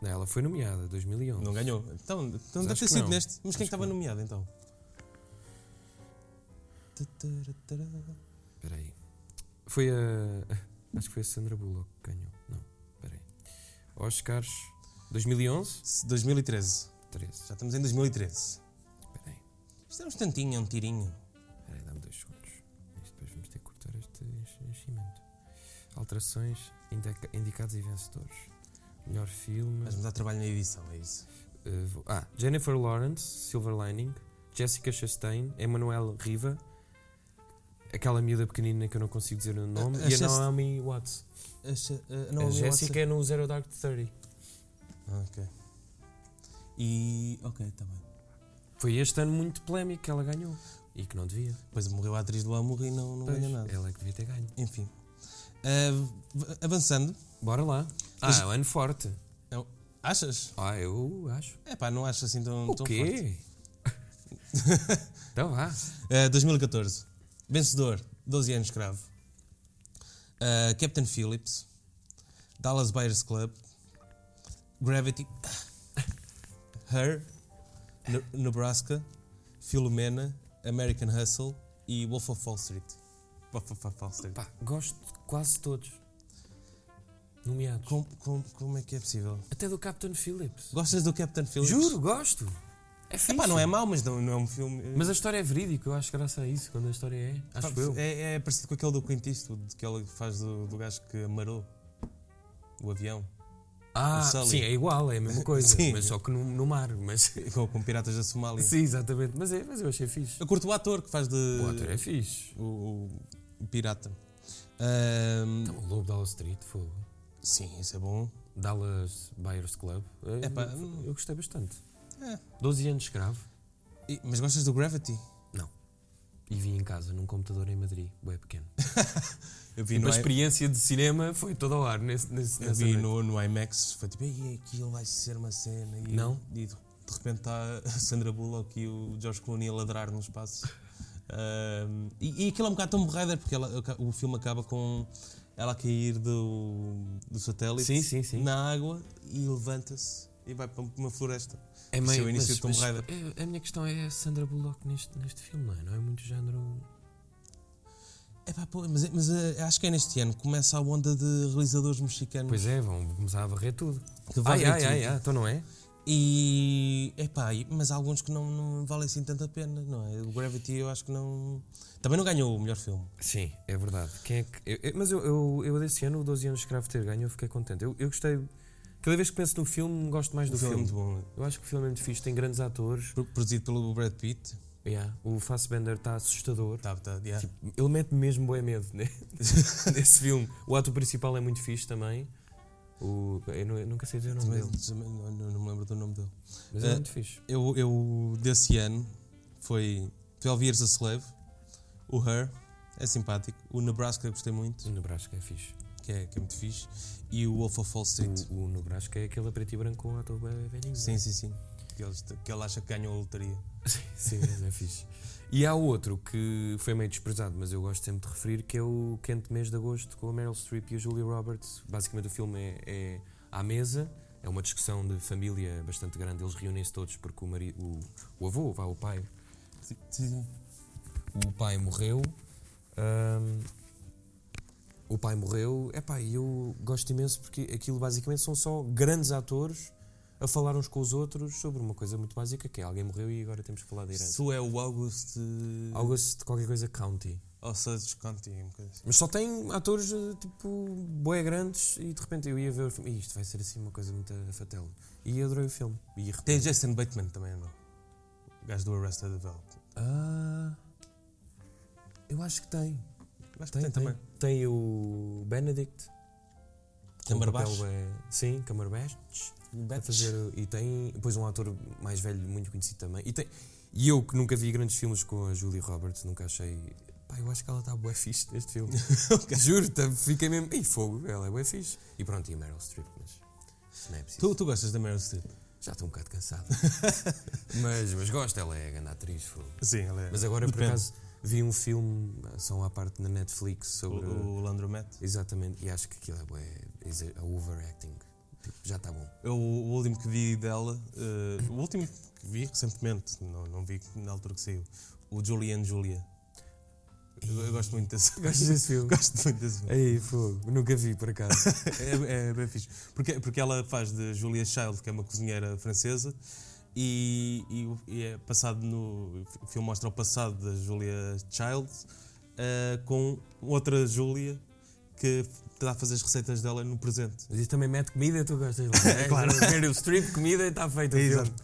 S2: Não, ela foi nomeada, 2011.
S1: Não ganhou. Então, então
S2: Mas
S1: deve
S2: acho
S1: ter
S2: que
S1: sido
S2: não.
S1: neste. Mas
S2: Acho
S1: quem
S2: que
S1: estava
S2: não.
S1: nomeado então?
S2: Espera aí. Foi a. Acho que foi a Sandra Bullock que ganhou. Não, espera aí. Oscars 2011?
S1: 2013.
S2: 13.
S1: Já estamos em 2013.
S2: Espera aí.
S1: Isto é um instantinho, é um tirinho.
S2: Espera aí, dá-me dois segundos. Isto depois vamos ter que cortar este enche- enchimento. Alterações, indica- indicados e vencedores. Melhor filme.
S1: Mas me dá trabalho na edição, é isso.
S2: eh, vou- ah, Jennifer Lawrence, Silver Lining. Jessica Chastain, Emmanuel Riva. Aquela miúda pequenina que eu não consigo dizer o nome.
S1: a
S2: e a
S1: Chast-
S2: Naomi Watts.
S1: A, Cha- a-
S2: a
S1: Naomi
S2: Jessica é no Zero Dark Thirty.
S1: Watts- Ah, ok. E. Ok, está bem.
S2: Foi este ano muito polémico que ela ganhou. E que não devia.
S1: Depois morreu a atriz do Amor e não, não
S2: Pois,
S1: ganha nada.
S2: Ela é que devia ter ganho.
S1: Enfim. Ah, v- avançando.
S2: Bora lá. Ah,
S1: Mas-
S2: é um ano forte.
S1: Achas?
S2: Ah, eu acho.
S1: É pá, não acho assim tão,
S2: O
S1: tão forte.
S2: quê? então vá.
S1: Uh, 2014. Vencedor, 12 anos escravo. Uh, Captain Phillips. Dallas Buyers Club. Gravity. Her. Ne- Nebraska. Filomena. American Hustle. E Wolf of Wall Street. Wolf of Wall Street.
S2: Pá, gosto de quase todos. Nomeados.
S1: Como, como- como é que é possível?
S2: Até do Captain Phillips.
S1: Gostas do Captain Phillips?
S2: Juro, gosto. É fixe.
S1: Epá, não é mau, mas não, não é um filme. uh,
S2: Mas a história é verídica, eu acho graça a isso, quando a história é. Acho
S1: Pá,
S2: eu.
S1: É, é parecido com aquele do Clint Eastwood, que ele faz do, do gajo que amarou o avião.
S2: Ah,
S1: O Sully.
S2: sim, é igual, é a mesma coisa,
S1: Sim.
S2: mas só que no, no mar. Mas,
S1: com, com Piratas da Somália.
S2: sim, exatamente, mas, é, mas eu achei fixe.
S1: Eu curto o ator que faz de.
S2: O ator é fixe.
S1: o, o pirata. Ahm,
S2: Então, o Lobo Dallas Street, fogo.
S1: sim, isso é bom.
S2: Dallas Buyers Club. É,
S1: Epá,
S2: eu-
S1: hum.
S2: eu gostei bastante.
S1: É.
S2: 12 anos de escravo
S1: E- mas gostas do Gravity?
S2: e vi em casa num computador em Madrid, bem pequeno.
S1: Eu vi é?
S2: Tipo,
S1: no,
S2: a
S1: I-
S2: experiência de cinema foi toda ao ar nesse, nesse,
S1: eu
S2: nessa
S1: vi
S2: noite.
S1: no, no IMAX, foi tipo, Ei, aquilo vai ser uma cena. E,
S2: Não?
S1: E de de repente está a Sandra Bullock e o George Clooney a ladrar no espaço. Ahm, e, e aquilo é um bocado Tomb Raider, porque ela- o filme acaba com ela a cair do, do satélite
S2: Sim, sim, sim.
S1: na água e levanta-se e vai para uma floresta.
S2: É
S1: Isso é o início de Tomb
S2: é- a minha questão é a Sandra Bullock neste, neste filme, não é? Não é muito género.
S1: Epá, pô, mas, mas, eh, acho que é neste ano que começa a onda de realizadores mexicanos.
S2: Pois é, vão começar a varrer tudo.
S1: que
S2: Ai,
S1: varrem
S2: ai,
S1: tudo.
S2: ai, ai, então não é?
S1: E. Epá, e- mas há alguns que não, não valem assim tanta pena, não é? O Gravity eu acho que não. Também não ganhou o melhor filme.
S2: Sim, é verdade. Quem é que- eu- eu- mas eu, eu, eu desse ano, o 12 anos de escravo ter ganho, eu fiquei contente. Eu, eu gostei. Cada vez que penso no filme, gosto mais do
S1: o filme é
S2: filme.
S1: muito bom.
S2: Eu acho que o filme é muito fixe, tem grandes atores.
S1: Pro- Produzido pelo Brad Pitt.
S2: Yeah. O Fassbender está assustador.
S1: Tá, tá, yeah.
S2: Ele mete mesmo bué medo né? nesse filme. O ator principal é muito fixe também. O, eu, nu- eu nunca sei dizer o nome
S1: Também-
S2: dele,
S1: também não, não- não me lembro do nome dele.
S2: mas é
S1: Eh,
S2: muito fixe.
S1: Eu, eu desse ano foi 12 Years a Slave, o Her, é simpático. O Nebraska eu gostei muito,
S2: O Nebraska é fixe.
S1: que é, que é muito fixe. E o Wolf of Wall Street.
S2: O, o Nebraska é aquele preto e branco com o ator bué velhinho. né?
S1: Sim, sim, sim. Que ele, está- que ele acha que ganhou a lotaria.
S2: Sim, sim, mas é fixe. E há outro que foi meio desprezado, mas eu gosto sempre de referir, que é o Quente Mês de Agosto com a Meryl Streep e o Julia Roberts. Basicamente o filme é, é à mesa, é uma discussão de família bastante grande, eles reúnem-se todos porque o, mari- o, o avô, vá, o pai,
S1: Sim, sim.
S2: o pai morreu. ahm, o pai morreu. Epá, e eu gosto imenso porque aquilo basicamente são só grandes atores a falar uns com os outros sobre uma coisa muito básica que é alguém morreu e agora temos que falar da herança.
S1: Isso é o August. eh,
S2: August assim, de qualquer coisa County.
S1: Osage County, um bocado assim.
S2: Mas só tem atores eh, tipo boé grandes e de repente eu ia ver o filme. "Ih, Isto vai ser assim uma coisa muito fatela. E adorei o filme. E
S1: Tem
S2: arrependo.
S1: Jason Bateman também, não? O gajo do Arrested Development.
S2: Ah, eu acho que tem.
S1: Acho que
S2: Tem,
S1: tem, também.
S2: Tem o Benedict.
S1: Cumberbatch.
S2: Com o papel, eh, Sim, Cumberbatch. A fazer, o- e tem depois um ator mais velho, muito conhecido também. E, tem- e eu que nunca vi grandes filmes com a Julie Roberts, nunca achei. Pá, eu acho que ela está bué fixe neste filme. Juro, tá, fiquei mesmo. Ei, fogo, ela é bué fixe. E pronto, e a Meryl Streep, mas. Não é preciso.
S1: Tu, tu gostas da Meryl Streep?
S2: Já estou um bocado cansado. mas, mas gosto, ela é a grande atriz, fogo.
S1: Sim, ela é.
S2: Mas agora, por
S1: Depende.
S2: acaso, vi um filme, são à parte na Netflix, sobre.
S1: O, o Landromat.
S2: Exatamente, e acho que aquilo é bué. exa- A overacting. Tipo, já está bom.
S1: Eu, o último que vi dela, eh, o último que vi recentemente, não, não vi na altura que saiu, o Julian Julia. Eu, eu gosto muito desse.
S2: Gostas desse filme?
S1: gosto muito desse. filme.
S2: Aí, fogo, nunca vi por acaso.
S1: É, é bem fixe. Porque, porque ela faz de Julia Child, que é uma cozinheira francesa, e, e o- e é passado no. O filme mostra o passado da Julia Child eh, com outra Julia que está a fazer as receitas dela no presente.
S2: Mas isto também mete comida e tu gostas lá. né?
S1: É, claro.
S2: Meryl Streep, comida e está feito. o
S1: É,
S2: filme.
S1: exato.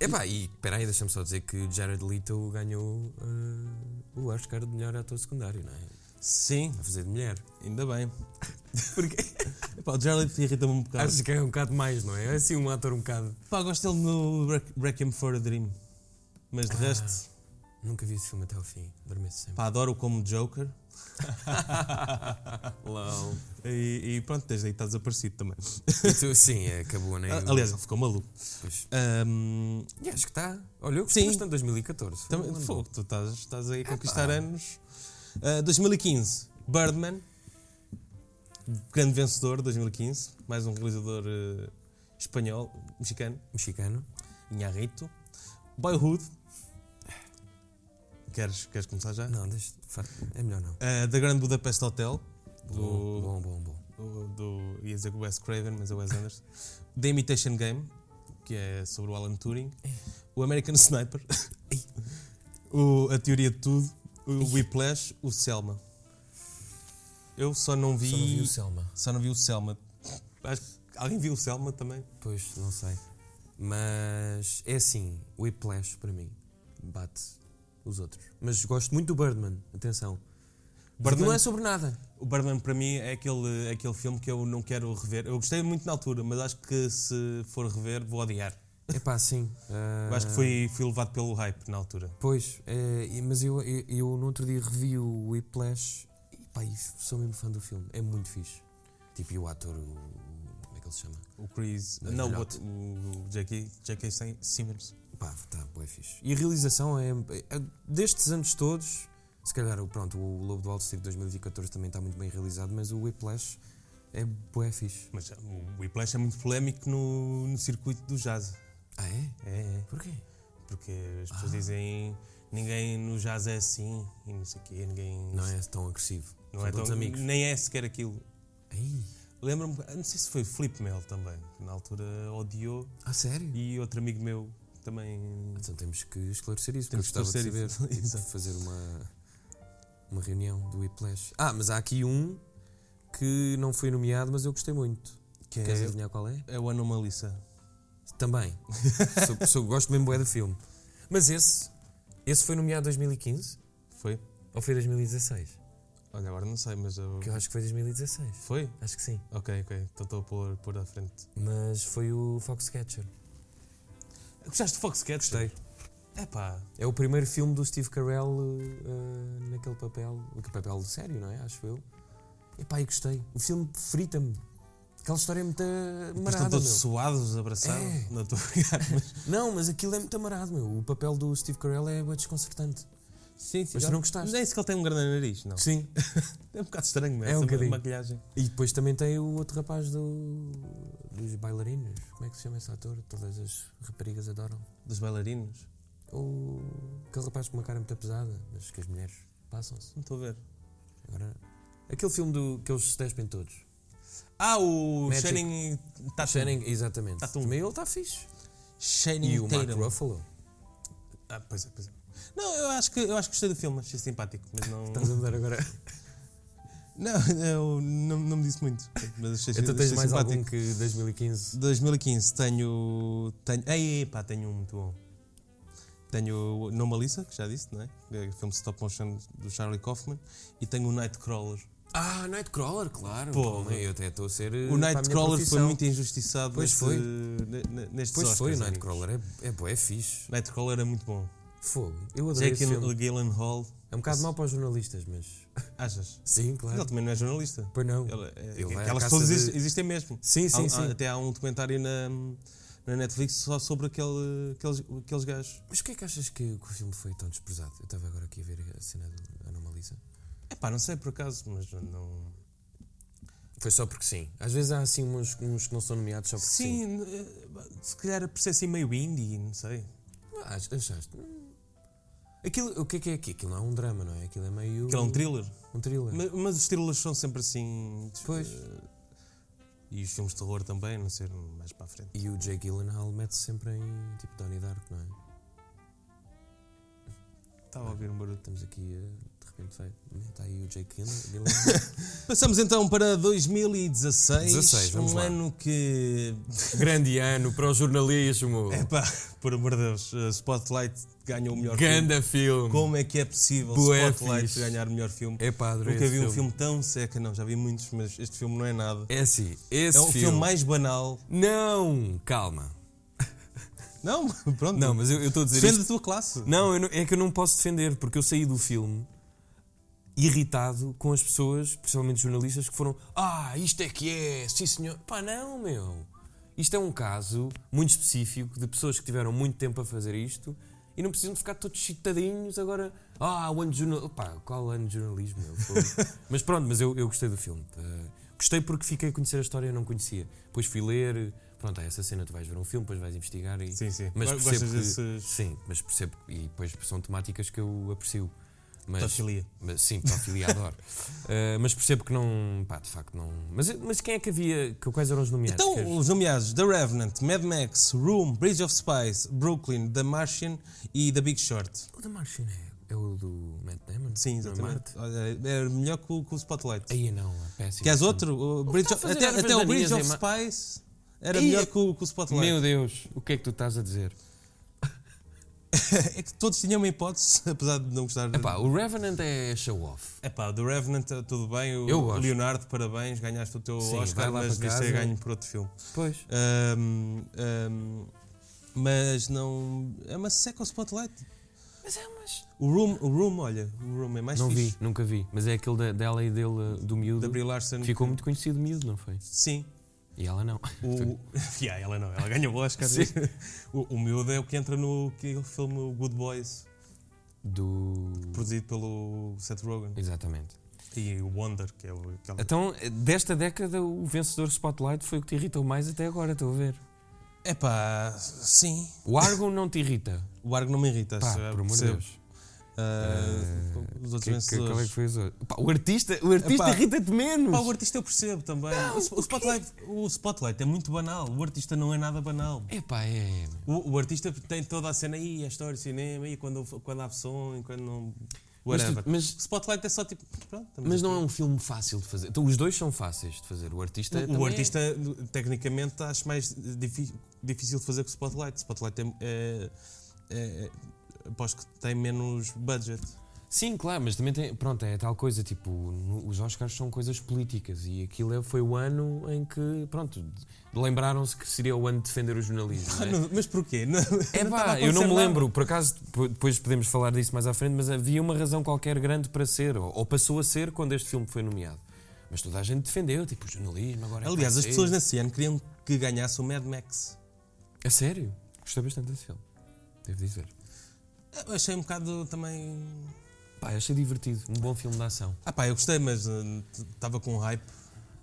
S2: Eh, epá, e espera aí, deixa-me só dizer que Jared Leto ganhou eh, o Oscar de melhor ator secundário, não é?
S1: Sim,
S2: A fazer de mulher.
S1: ainda bem.
S2: Porque
S1: Pá, o Jared Leto irrita-me um bocado.
S2: acho que é um bocado mais, não é? É assim um ator um bocado.
S1: Pá, gosto dele no Requ- Requiem for a Dream. Mas de
S2: Ah.
S1: resto,
S2: Nunca vi esse filme até ao fim. Dormi-se sempre.
S1: pá, adoro como Joker.
S2: Lol.
S1: E, e pronto, desde aí está desaparecido também.
S2: E tu, sim, é, acabou, né?
S1: Ah, Aliás, ele ficou maluco.
S2: Pois.
S1: Ahm,
S2: E acho que está. Olha, eu gostei
S1: Sim.
S2: bastante de 2014. foi
S1: também,
S2: um ano
S1: fogo, tu estás, estás aí a conquistar
S2: pá.
S1: anos. Ah, 2015, Birdman. Grande vencedor, 2015. Mais um realizador eh, espanhol, mexicano,
S2: bom. Mexicano.
S1: Inharrito. Boyhood. Queres, queres começar já?
S2: Não, deixa, fa- é melhor não.
S1: Ah, The Grand Budapest Hotel. Do,
S2: Bom, bom, bom. bom.
S1: o- do ia dizer que o Wes Craven, mas é o Wes Anderson. The Imitation Game, que é sobre o Alan Turing. O American Sniper. o, a Teoria de Tudo. O Whiplash. O Selma. Eu só não vi.
S2: Só não vi o Selma.
S1: só não vi o Selma. Acho que alguém viu o Selma também.
S2: Pois, não sei. Mas é assim, o Whiplash para mim bate os outros. Mas gosto muito do Birdman, atenção. Birdman não é sobre nada.
S1: O Birdman para mim é aquele, aquele filme que eu não quero rever. Eu gostei muito na altura, mas acho que se for rever vou odiar.
S2: É pá, sim. Ah,
S1: Eu acho que fui, fui levado pelo hype na altura.
S2: Pois, é, e- mas eu, eu, eu no outro dia revi o Whiplash e pá, e sou mesmo fã do filme. É muito fixe. Tipo, e o ator, o, o- como é que ele se chama?
S1: O Chris.
S2: Mas
S1: não, o,
S2: melhor-te.
S1: outro, o Jackie, Jackie Sim- Simmons.
S2: Pá, tá, bué fixe. E a realização é, é- Destes anos todos, se calhar, o- pronto, o Lobo do Wall Street 2014 também está muito bem realizado, mas o Whiplash é bué fixe.
S1: Mas eh, o Whiplash é muito polémico no, no circuito do jazz.
S2: Ah, é?
S1: É, é.
S2: Porquê?
S1: Porque as
S2: Ah.
S1: pessoas dizem ninguém no jazz é assim e não sei o quê, ninguém.
S2: Não é tão agressivo.
S1: não
S2: São
S1: é
S2: todos
S1: tão-
S2: amigos.
S1: Nem é sequer aquilo.
S2: Ai,
S1: Lembro-me, não sei se foi o Flip Mel também, que na altura odiou,
S2: a Ah, sério?
S1: e outro amigo meu também.
S2: Então temos que esclarecer isso,
S1: Temos
S2: temos
S1: que
S2: porque eu gostava de
S1: esclarecer
S2: saber.
S1: isso.
S2: Tipo, fazer uma, uma reunião do Whiplash. Ah, mas há aqui um que não foi nomeado, mas eu gostei muito.
S1: Que
S2: Queres
S1: é,
S2: adivinhar qual é?
S1: é o Anomalissa.
S2: Também. Sou- sou- gosto mesmo bué do filme. Mas esse, esse foi nomeado em 2015
S1: Foi?
S2: ou foi 2016?
S1: Olha, agora não sei, mas eu.
S2: Que eu acho que foi 2016.
S1: Foi?
S2: Acho que sim.
S1: Ok, ok. Então estou a pôr, pôr à frente.
S2: Mas foi o Foxcatcher.
S1: Gostaste de Foxcatcher?
S2: Gostei.
S1: É pá.
S2: É o primeiro filme do Steve Carell eh, naquele papel, aquele papel sério, não é? Acho eu. Epá, e gostei. O filme frita-me. Aquela história é muito
S1: Depois estão
S2: marada, meu.
S1: todos suados, abraçados.
S2: É.
S1: Não estou a brincar. mas-
S2: Não, mas aquilo é muito amarado, meu. O papel do Steve Carell é bué desconcertante.
S1: Sim, sim.
S2: Mas tu não gostaste?
S1: Nem se que ele tem um grande nariz, não.
S2: Sim.
S1: É um bocado estranho, mesmo.
S2: É um
S1: essa
S2: bocadinho.
S1: maquilhagem.
S2: E depois também tem o outro rapaz do, dos bailarinos. Como é que se chama esse ator? Todas as raparigas adoram.
S1: Dos bailarinos.
S2: O, aquele rapaz com uma cara muito pesada, mas que as mulheres passam-se.
S1: Não estou a ver.
S2: Agora, aquele filme do que eles se despem todos.
S1: Ah, o
S2: Magic.
S1: Shining Tatum.
S2: Channing, exatamente.
S1: Tatum.
S2: Também ele está fixe.
S1: Shining
S2: E o Mark
S1: Tá Tatum. Uhum.
S2: Ruffalo.
S1: Ah, pois é, pois é. Não, eu acho que, eu acho que gostei do filme, achei simpático, mas não.
S2: Estás a mudar agora.
S1: não, eu não, não me disse muito. Mas achei,
S2: Então tens
S1: achei
S2: mais
S1: simpático.
S2: algum que 2015.
S1: 2015 tenho. tenho ei, ei, pá, tenho um muito bom. Tenho o No Malissa, que já disse, não é? Que é o filme stop motion do Charlie Kaufman. E tenho o Nightcrawler.
S2: Ah, Nightcrawler, claro.
S1: Pô,
S2: Calma aí, eu até estou Eh, a ser.
S1: O Nightcrawler foi muito injustiçado
S2: Pois
S1: neste,
S2: foi.
S1: ne- ne- nestes
S2: Pois foi, o
S1: Oscars,
S2: Nightcrawler. É, é, bué, é fixe.
S1: amigos. Nightcrawler é muito bom.
S2: Fogo. Eu adorei
S1: Jake
S2: esse filme.
S1: Gyllenhaal.
S2: É um bocado mau para os jornalistas, mas.
S1: Achas?
S2: Sim,
S1: Ele
S2: claro.
S1: também não é jornalista.
S2: Pois não.
S1: Ele- é-
S2: Ele vai à
S1: aquelas
S2: caça
S1: pessoas
S2: de-
S1: exi- existem mesmo.
S2: Sim, sim,
S1: Há-
S2: sim.
S1: há- até há um documentário na, na Netflix só sobre aquele, aqueles, aqueles gajos.
S2: Mas o que é que achas que, que o filme foi tão desprezado? Eu estava agora aqui a ver a cena do Anomalisa.
S1: É pá, não sei por acaso, mas não.
S2: Foi só porque sim. Às vezes há assim uns, uns que não são nomeados só porque sim.
S1: Sim, eh, se calhar por ser assim meio indie, não sei.
S2: Ah, achaste? Hum. Aquilo, o que é que é aquilo? Aquilo não é um drama, não é? Aquilo é meio.
S1: Que é um thriller.
S2: um thriller.
S1: Ma- Mas os thrillers são sempre assim.
S2: Pois.
S1: eh, E os filmes de terror também, não sei, mais para a frente.
S2: E o Jake Gyllenhaal mete-se sempre em tipo Donnie Dark, não é?
S1: Estava Tá a ouvir um barulho.
S2: Estamos aqui a, de repente vai. Está aí o Jake Gyllen- Gyllenhaal.
S1: Passamos então para 2016.
S2: 16, vamos
S1: um
S2: lá.
S1: ano que.
S2: Grande ano para o jornalismo.
S1: Epá, por amor de Deus, eh, Spotlight ganhou o melhor filme.
S2: Ganda filme.
S1: Como é que é possível
S2: Bué
S1: Spotlight
S2: fixe.
S1: ganhar o melhor filme?
S2: É padre.
S1: Nunca vi um filme tão seca, não, já vi muitos, mas este filme não é nada.
S2: É assim, esse
S1: é o filme. mais banal.
S2: Não, calma.
S1: Não, pronto.
S2: Não, mas eu eu estou a dizer
S1: Defende
S2: isto.
S1: a tua classe.
S2: Não, eu não- é que eu não posso defender, porque eu saí do filme irritado com as pessoas, principalmente jornalistas, que foram Ah, isto é que é, sim senhor. Pá, não, meu. Isto é um caso muito específico de pessoas que tiveram muito tempo a fazer isto e não precisam de ficar todos chitadinhos agora. Ah, o ano de jornalismo. Pá, qual ano de jornalismo? meu? Fogo." mas pronto, mas eu, eu gostei do filme. Eh, gostei porque fiquei a conhecer a história e eu não conhecia. Depois fui ler. Pronto, há essa cena, tu vais ver um filme, depois vais investigar e.
S1: Sim, sim.
S2: Mas
S1: Go-
S2: percebo
S1: gostas
S2: que-
S1: desses.
S2: Sim, mas percebo. E depois são temáticas que eu aprecio. Mas,
S1: Pedofilia.
S2: mas- sim, pedofilia adoro. Uh, mas percebo que não. Pá, de facto não. Mas, mas quem é que havia. Que, é quais eram os nomeados?
S1: Então,
S2: Queres-
S1: os nomeados The Revenant, Mad Max, Room, Bridge of Spies, Brooklyn, The Martian e The Big Short.
S2: o da Marchina é É o do Matt Damon?
S1: Sim,
S2: Não é
S1: exatamente.
S2: Marte?
S1: Olha, Era melhor que o, que o Spotlight.
S2: Aí não, é péssimo.
S1: Queres outro? O Bridge of-
S2: tá fazer
S1: até,
S2: as
S1: até o Bridge of
S2: ventanias em
S1: Spies era
S2: Ih,
S1: melhor que o, que o Spotlight.
S2: Meu Deus, o que é que tu estás a dizer?
S1: É que todos tinham uma hipótese, apesar de não gostar.
S2: Epá, o Revenant é show-off.
S1: É pá, The Revenant, tudo bem. O
S2: Eu gosto.
S1: Leonardo, parabéns, ganhaste o teu
S2: Sim, vai
S1: Oscar,
S2: lá
S1: mas
S2: para
S1: devias ter
S2: casa.
S1: ganho por outro filme.
S2: Pois.
S1: Ahm, ahm, mas não. É uma seca o Spotlight.
S2: Mas é, mas...
S1: O Room, o Room olha, o Room é mais
S2: Não
S1: fixe.
S2: vi, nunca vi. Mas é aquele da- dela e dele, do miúdo.
S1: Da Brie Larson.
S2: Ficou muito conhecido miúdo, não foi?
S1: Sim.
S2: E ela não.
S1: O, yeah, ela não, ela ganhou o Oscar.
S2: Sim.
S1: o, o miúdo é o que entra no aquele filme o Good Boys,
S2: Do...
S1: produzido pelo Seth Rogen.
S2: Exatamente.
S1: E o Wonder, que é o, aquela.
S2: Então, desta década, o vencedor Spotlight foi o que te irritou mais até agora, estou a ver.
S1: É pá, sim.
S2: O Argo não te irrita.
S1: O Argo não me irrita.
S2: Pá,
S1: se-
S2: por amor de
S1: é percebo.
S2: Deus.
S1: Ah,
S2: Eh,
S1: os outros
S2: que- que- qual
S1: vencedores.
S2: é que foi os outros? Pá, o artista, o artista
S1: Epá.
S2: irrita-te menos.
S1: Pá, o artista eu percebo também. o, o spotlight, o Spotlight é muito banal. O artista não é nada banal.
S2: Epá, é.
S1: O, o artista tem toda a cena aí, a história do cinema, e quando, quando há som, e quando não.
S2: Mas, tu-
S1: Whatever.
S2: mas,
S1: O Spotlight é só tipo. Pronto, estamos
S2: mas
S1: aqui.
S2: não é um filme fácil de fazer. Então, os dois são fáceis de fazer. O artista. também
S1: O
S2: é.
S1: artista, tecnicamente, acho mais difi- difícil de fazer que o Spotlight. Spotlight é. é- é- aposto que tem menos budget.
S2: Sim, claro, mas também tem. Pronto, é tal coisa. Tipo, no- os Oscars são coisas políticas. E aquilo é- foi o ano em que. Pronto, lembraram-se que seria o ano de defender o jornalismo. não é?
S1: Não, mas porquê? Não-
S2: É
S1: não estava a
S2: pá, eu não me
S1: acontecer
S2: lembro, por acaso depo- depois podemos falar disso mais à frente, mas havia uma razão qualquer grande para ser, ou, ou passou a ser quando este filme foi nomeado. Mas toda a gente defendeu, tipo, o jornalismo agora é
S1: Aliás,
S2: para
S1: as
S2: ser.
S1: pessoas nesse ano queriam que ganhasse o Mad Max.
S2: A É sério? Gostei bastante desse filme, devo dizer.
S1: Eu achei um bocado também.
S2: Pá, achei divertido, um bom filme de ação.
S1: Ah pá, eu gostei, mas estava com um hype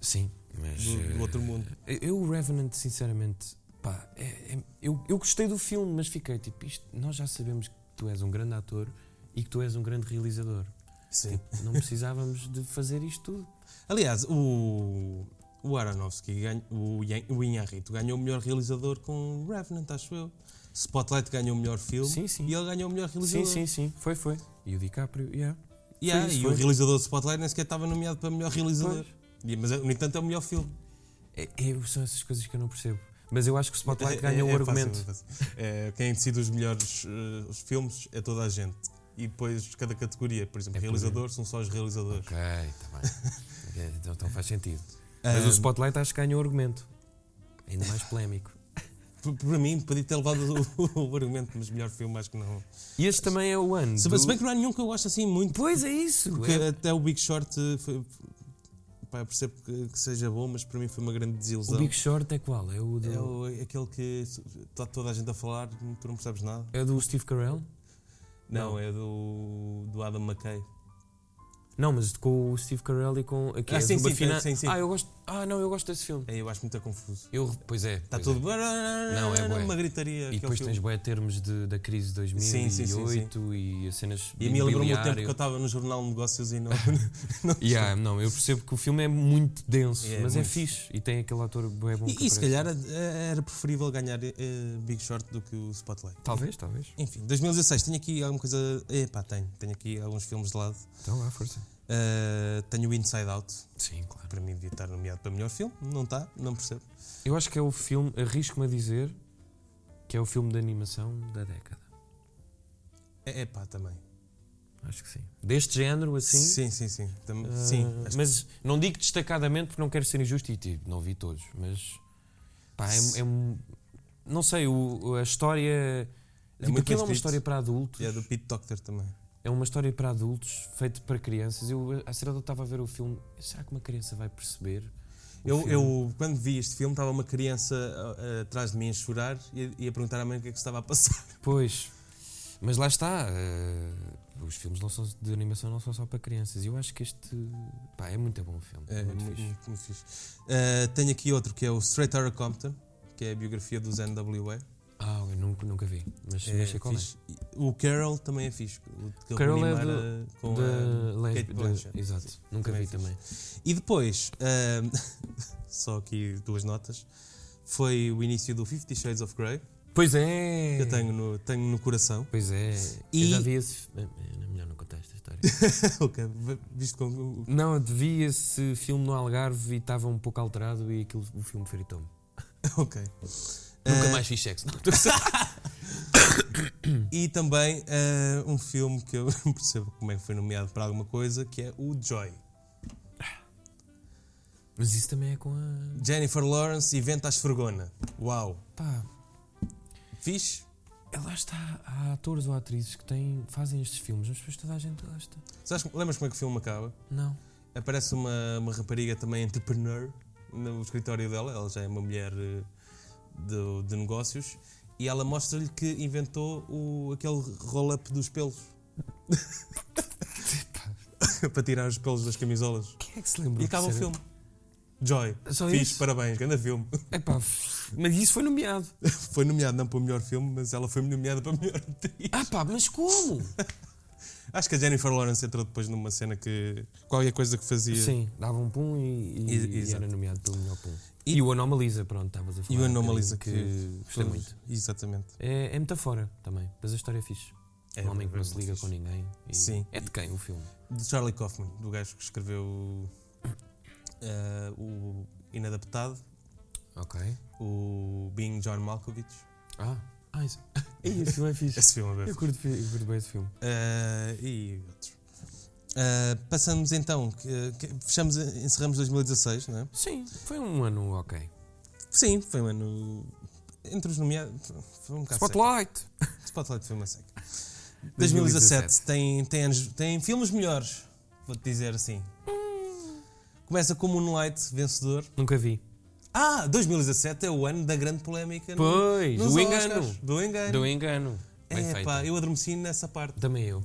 S2: Sim, mas...
S1: do, do
S2: eh,
S1: outro mundo.
S2: Eu, o Revenant, sinceramente, pá, é- é- eu, eu gostei do filme, mas fiquei tipo, isto, nós já sabemos que tu és um grande ator e que tu és um grande realizador. Tipo,
S1: Sim.
S2: Não precisávamos de fazer isto tudo.
S1: Aliás, o, o Aronofsky, ganha- o, Ian- o Inharrito, ganhou o melhor realizador com Revenant, acho eu. Spotlight ganhou o melhor filme
S2: Sim, sim.
S1: e ele ganhou o melhor
S2: Sim,
S1: realizador.
S2: sim, sim. Foi, foi. E o DiCaprio, yeah.
S1: Yeah,
S2: Foi isso,
S1: e
S2: foi.
S1: o realizador do Spotlight nem sequer estava nomeado para melhor realizador.
S2: Pois.
S1: E- Mas, no entanto, é o melhor filme.
S2: É, é- são essas coisas que eu não percebo. Mas eu acho que o Spotlight
S1: É-
S2: ganhou
S1: é-
S2: o
S1: é fácil,
S2: argumento.
S1: é fácil. É, quem decide os melhores eh, os filmes é toda a gente. E depois cada categoria, por exemplo,
S2: É por-
S1: realizador, são só os realizadores.
S2: ok, está bem. É, então, então faz sentido. Mas o Spotlight acho que ganhou o argumento. Ainda mais polémico.
S1: Por- Para mim, podia ter levado o, o argumento, mas melhor filme, acho que não.
S2: E este também é o ano.
S1: Se,
S2: do-
S1: se bem que não há nenhum que eu gosto assim muito,
S2: Pois é isso.
S1: porque
S2: é-
S1: até o Big Short eh, foi. Pá, eu percebo que, que seja bom, mas para mim foi uma grande
S2: O
S1: desilusão.
S2: Big Short é qual? É o do,
S1: É o- aquele que está toda a gente a falar, tu não percebes nada.
S2: é o do Steve Carell?
S1: Não,
S2: Não.
S1: é do, do Adam McKay.
S2: Não, mas com o Steve Carell e com aqui,
S1: Ah,
S2: é
S1: sim,
S2: do
S1: sim,
S2: Bafina-
S1: sim, sim.
S2: Ah, eu gosto. Ah, não, eu gosto desse filme.
S1: É, eu acho muito confuso.
S2: Eu, pois é.
S1: Está
S2: pois
S1: Tá tudo.
S2: é. Não, é bué.
S1: Uma gritaria.
S2: E
S1: aquele
S2: depois
S1: filme.
S2: tens bué termos de- da crise de 2008
S1: Sim, sim, sim,
S2: e as cenas
S1: E a mim lembrou-me o tempo que eu
S2: imobiliário.
S1: estava no jornal de Negócios e não. não-
S2: Yeah, não, eu percebo que o filme é muito denso,
S1: É,
S2: mas é
S1: muito.
S2: fixe e tem aquele ator bué bom que
S1: E, e se
S2: aparece.
S1: calhar eh, era preferível ganhar eh, Big Short do que o Spotlight.
S2: Talvez, talvez.
S1: Enfim, 2016, tenho aqui alguma coisa. Epá, tenho. Tenho aqui alguns filmes de lado.
S2: Então vá, força.
S1: Eh, tenho o Inside Out,
S2: Sim, claro.
S1: para mim devia estar nomeado para melhor filme. Não está, não percebo.
S2: Eu acho que é o filme, arrisco-me a dizer, que é o filme de animação da década.
S1: É epá, também.
S2: Acho que sim. Deste género, assim.
S1: Sim, sim, sim. Tam-
S2: ah,
S1: sim, acho-
S2: mas não digo destacadamente porque não quero ser injusto e tipo, não vi todos, mas pá, é, é um- não sei, o- a história
S1: É
S2: tipo,
S1: muito
S2: aquilo é
S1: bem
S2: uma
S1: escrito.
S2: história para adultos.
S1: é do Pete Doctor também.
S2: É uma história para adultos, feito para crianças. Eu, a certa altura, estava a ver o filme. Será que uma criança vai perceber? o
S1: Eu,
S2: filme?
S1: eu, quando vi este filme, estava uma criança ah, ah, atrás de mim a chorar e, e a perguntar à mãe o que é que se estava a passar.
S2: Pois. Mas lá está. eh, os filmes não são, de animação não são só para crianças. Eu acho que este. Pá, é muito bom o filme. É,
S1: É,
S2: muito
S1: mu-
S2: fixe.
S1: muito, muito fixe. Ah, tenho aqui outro que é o Straight Outta Compton, que é a biografia dos NWA.
S2: Ah, eu nunca, nunca vi. Mas,
S1: É
S2: mas sei qual é.
S1: fixe. E O Carol também é fixe. O de que
S2: Carol é
S1: animar
S2: do-
S1: a- com
S2: Da
S1: a
S2: lesb-
S1: Kate
S2: da-
S1: Blanchett.
S2: Exato. Nunca
S1: também
S2: vi
S1: é
S2: também.
S1: E depois, ahm, só aqui duas notas, foi o início do Fifty Shades of Grey,
S2: Pois é.
S1: Eu tenho no, tenho no coração.
S2: Pois é.
S1: E-
S2: Eu já vi esses. é, é Melhor não contar esta história.
S1: ok, visto como.
S2: não, eu vi esse filme no Algarve e estava um pouco alterado e aquilo, o filme feritou-me.
S1: Ok.
S2: Nunca
S1: Eh,
S2: mais fiz sexo. Não,
S1: E também eh, um filme que eu não percebo como é que foi nomeado para alguma coisa, que é o Joy.
S2: Mas isso também é com a.
S1: Jennifer Lawrence e Venta às Fergona. Uau!
S2: Pá,
S1: Fixe?
S2: é lá está. Há atores ou atrizes que têm, fazem estes filmes, mas depois toda a gente gosta.
S1: Sabes, lembras como é que o filme acaba?
S2: Não.
S1: Aparece uma, uma rapariga também entrepreneur no escritório dela, ela já é uma mulher eh, de, de negócios, e ela mostra-lhe que inventou o, aquele roll-up dos pelos. para tirar os pelos das camisolas.
S2: Quem é que se lembra?
S1: E acaba o filme. Joy.
S2: Só
S1: Fixe,
S2: isso?
S1: parabéns, grande filme.
S2: Epá, f- mas isso foi nomeado.
S1: Foi nomeado não para o melhor filme, mas ela foi nomeada para a melhor atriz.
S2: Ah pá, mas como?
S1: Acho que a Jennifer Lawrence entrou depois numa cena que. qualquer coisa que fazia.
S2: Sim, dava um pum e, e-
S1: E-
S2: e
S1: exato.
S2: era nomeado pelo melhor pum. E, o Anomalisa, pronto, estavas a falar.
S1: E o
S2: um
S1: Anomalisa que.
S2: bocadinho, gostei
S1: foi-
S2: muito.
S1: Exatamente.
S2: É, é metafora também, mas a história é fixe. um homem que não se liga
S1: fixe.
S2: com ninguém. e-
S1: Sim.
S2: É de quem o filme?
S1: De Charlie Kaufman, do gajo que escreveu. eh, o Inadaptado,
S2: Ok.
S1: o Being John Malkovich.
S2: Ah, ah isso. Ih, esse filme é fixe.
S1: Esse filme é
S2: Eu
S1: bem.
S2: curto, fi- eu curto bem esse filme.
S1: Eh, e outros. Eh, passamos então, que- que- fechamos, encerramos 2016, não é?
S2: Sim, foi um ano ok.
S1: Sim, foi um ano. Entre os nomeados. Foi um bocado seco.
S2: Spotlight!
S1: Spotlight foi uma seca. 2017
S2: 2017.
S1: tem, tem, anos- tem filmes melhores, vou-te dizer assim. Começa com Moonlight, vencedor.
S2: Nunca vi.
S1: Ah, 2017 é o ano da grande polémica. no-
S2: Pois,
S1: nos
S2: do
S1: Oscars.
S2: engano.
S1: Do engano.
S2: Do engano. Bem
S1: é,
S2: feito.
S1: pá, eu adormeci nessa parte.
S2: Também eu.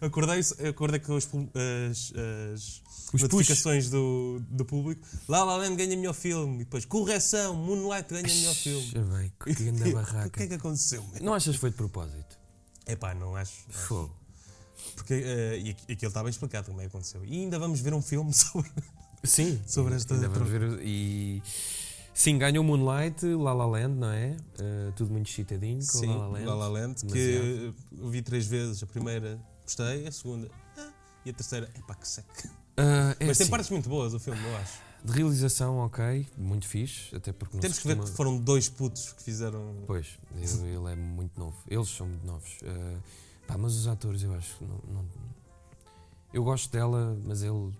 S1: Acordei, acordei com as, pu- as- as
S2: Os
S1: notificações do, do público. La La Land ganha melhor filme. E depois, correção, Moonlight ganha melhor filme.
S2: Já bem, que grande
S1: O que é
S2: barraca.
S1: que aconteceu? meu?
S2: Não achas é que foi de propósito?
S1: É pá, não acho. não acho.
S2: Fogo.
S1: Porque, eh, e aqui- aquilo está bem explicado como é que aconteceu. E ainda vamos ver um filme sobre.
S2: Sim.
S1: Sobre esta-
S2: Ainda vamos ver o- e sim, ganhou Moonlight, La La Land, não é? Uh, tudo muito chitadinho com
S1: Sim,
S2: La La Land.
S1: La La Land, que
S2: Demasiado.
S1: eu vi três vezes. A primeira gostei, a segunda ah, e a terceira, epá, que seca.
S2: Ah, é
S1: Mas tem
S2: assim,
S1: partes muito boas o filme, eu acho.
S2: de realização, ok, muito fixe, até porque não
S1: Temos
S2: se
S1: que ver que
S2: costuma-
S1: foram dois putos que fizeram.
S2: Pois, ele, ele é muito novo. Eles são muito novos. Ah, pá, mas os atores, eu acho que não, não- Eu gosto dela, mas ele.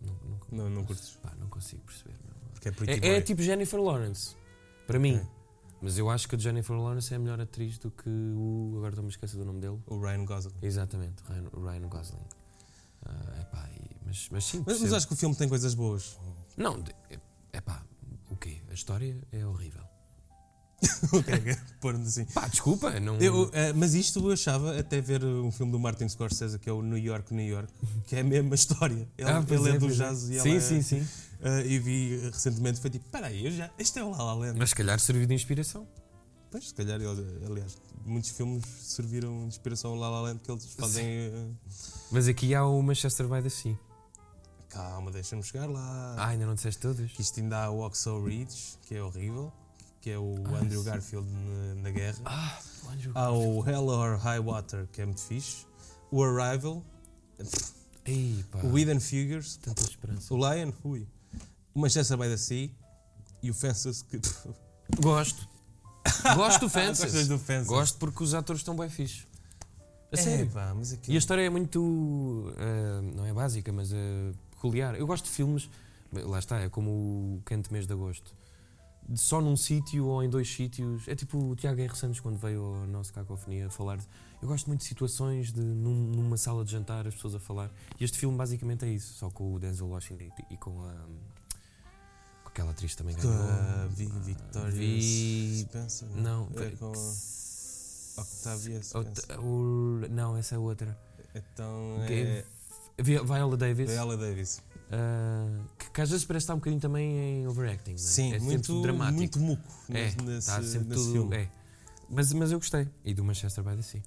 S2: Não, não,
S1: Não, não curtes.
S2: pá, não consigo perceber. meu.
S1: Porque é Pretty
S2: É, é
S1: Boy.
S2: tipo Jennifer Lawrence, para mim.
S1: É.
S2: Mas eu acho que a Jennifer Lawrence é a melhor atriz do que o. Agora estou-me a esquecer do nome dele.
S1: O Ryan Gosling.
S2: Exatamente, Ryan, Ryan Gosling. Ah, epá, e- mas, mas sim,
S1: Mas, mas
S2: percebo.
S1: acho que o filme tem coisas boas.
S2: Não, de- é, epá, o quê? A história é horrível.
S1: ok, pôr-nos assim.
S2: Pá, desculpa, não.
S1: Eu, eh, mas isto eu achava até ver um filme do Martin Scorsese que é o New York, New York, que é a mesma história. Ele,
S2: Ah, pois
S1: ele é, do
S2: pois
S1: jazz e ela
S2: Sim,
S1: é-
S2: sim, sim.
S1: Ah, e vi recentemente, foi tipo, peraí, eu já, este é o La La Land.
S2: Mas se calhar serviu de inspiração.
S1: Pois, se calhar, ele- aliás, muitos filmes serviram de inspiração ao La La Land que eles fazem... ah,
S2: Mas aqui há o Manchester by the Sea.
S1: calma, deixa-me chegar lá.
S2: Ah, ainda não disseste todas?
S1: Que isto ainda há o Oxo Ridge, que é horrível, que é o
S2: Ah,
S1: Andrew
S2: sim.
S1: Garfield na, na guerra.
S2: Ah, anjo.
S1: Há o Hell or High Water, que é muito fixe. O Arrival,
S2: Ah. Ei, pá.
S1: o Hidden Figures,
S2: Tanta esperança.
S1: o Lion, ui. O Manchester by the Sea e o Fences, que...
S2: Gosto. Gosto do
S1: Gostas
S2: Fences.
S1: do Fences?
S2: Gosto porque os atores estão bem fixe.
S1: É,
S2: A sério.
S1: pá, mas aquilo...
S2: E a história é muito. ah, não é básica, mas ah, peculiar. Eu gosto de filmes. bem, Lá está, é como o quente mês de agosto. De Só num sítio ou em dois sítios. É tipo o Tiago R. Santos quando veio ao nosso Cacofonia falar. De, eu gosto muito de situações de num- numa sala de jantar as pessoas a falar. E este filme basicamente é isso, só com o Denzel Washington e, e com a. com aquela atriz também
S1: Com
S2: ganhou.
S1: a é Vi
S2: Ah,
S1: Victoria
S2: Vi-
S1: Spencer?
S2: Não,
S1: É
S2: pera-
S1: com a Octavia Spencer.
S2: Oct- o- Não, essa é outra.
S1: Então é
S2: Que- Vi- Viola Davis.
S1: Viola Davis.
S2: Uh, que, que às vezes parece estar um bocadinho também em overacting, não é?
S1: Sim,
S2: é sempre
S1: muito,
S2: dramático.
S1: muito muco
S2: É,
S1: nesse,
S2: está
S1: nesse,
S2: sempre
S1: nesse
S2: tudo.
S1: filme.
S2: É. Mas, mas eu gostei. E do Manchester by the Sea.